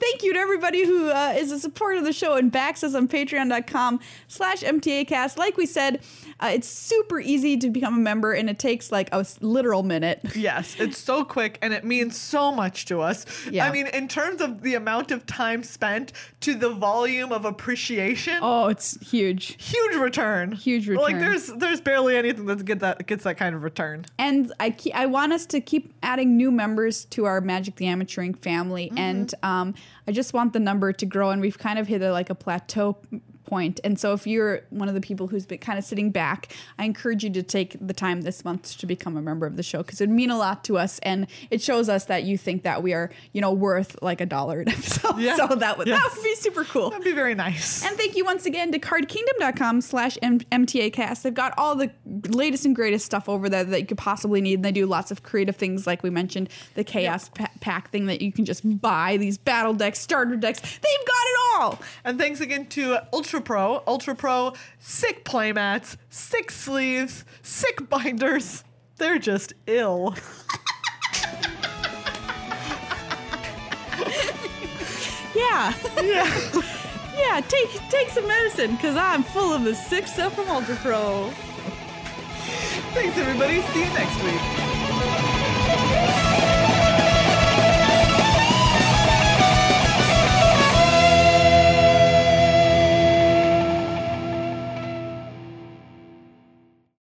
Speaker 1: Thank you to everybody who uh, is a supporter of the show and backs us on patreon.com slash mtacast. Like we said, uh, it's super easy to become a member and it takes like a s- literal minute.
Speaker 2: Yes, it's so quick and it means so much to us.
Speaker 1: Yeah.
Speaker 2: I mean, in terms of the amount of time spent to the volume of appreciation,
Speaker 1: Oh, it's huge.
Speaker 2: huge return.
Speaker 1: Huge
Speaker 2: Like
Speaker 1: return.
Speaker 2: there's there's barely anything that get that gets that kind of return.
Speaker 1: and I keep, I want us to keep adding new members to our Magic the Amateuring family,
Speaker 2: Mm-hmm.
Speaker 1: and um, I just want the number to grow. And we've kind of hit a, like a plateau p- point. And so, if you're one of the people who's been kind of sitting back, I encourage you to take the time this month to become a member of the show because it would mean a lot to us, and it shows us that you think that we are, you know, worth like a dollar an episode.
Speaker 2: Yeah.
Speaker 1: So that would that
Speaker 2: Yes.
Speaker 1: would be super cool.
Speaker 2: That'd be very nice.
Speaker 1: And thank you once again to cardkingdom.com slash MTAcast. They've got all the latest and greatest stuff over there that you could possibly need. And they do lots of creative things, like we mentioned, the chaos pa- pack thing that you can just buy, these battle decks, starter decks. They've got it all.
Speaker 2: And thanks again to Ultra Pro. Ultra Pro, sick playmats, sick sleeves, sick binders. They're just ill.
Speaker 1: Yeah.
Speaker 2: Yeah.
Speaker 1: Yeah. Take take some medicine because I'm full of the sick stuff from Ultra Pro.
Speaker 2: thanks, everybody. See you next week.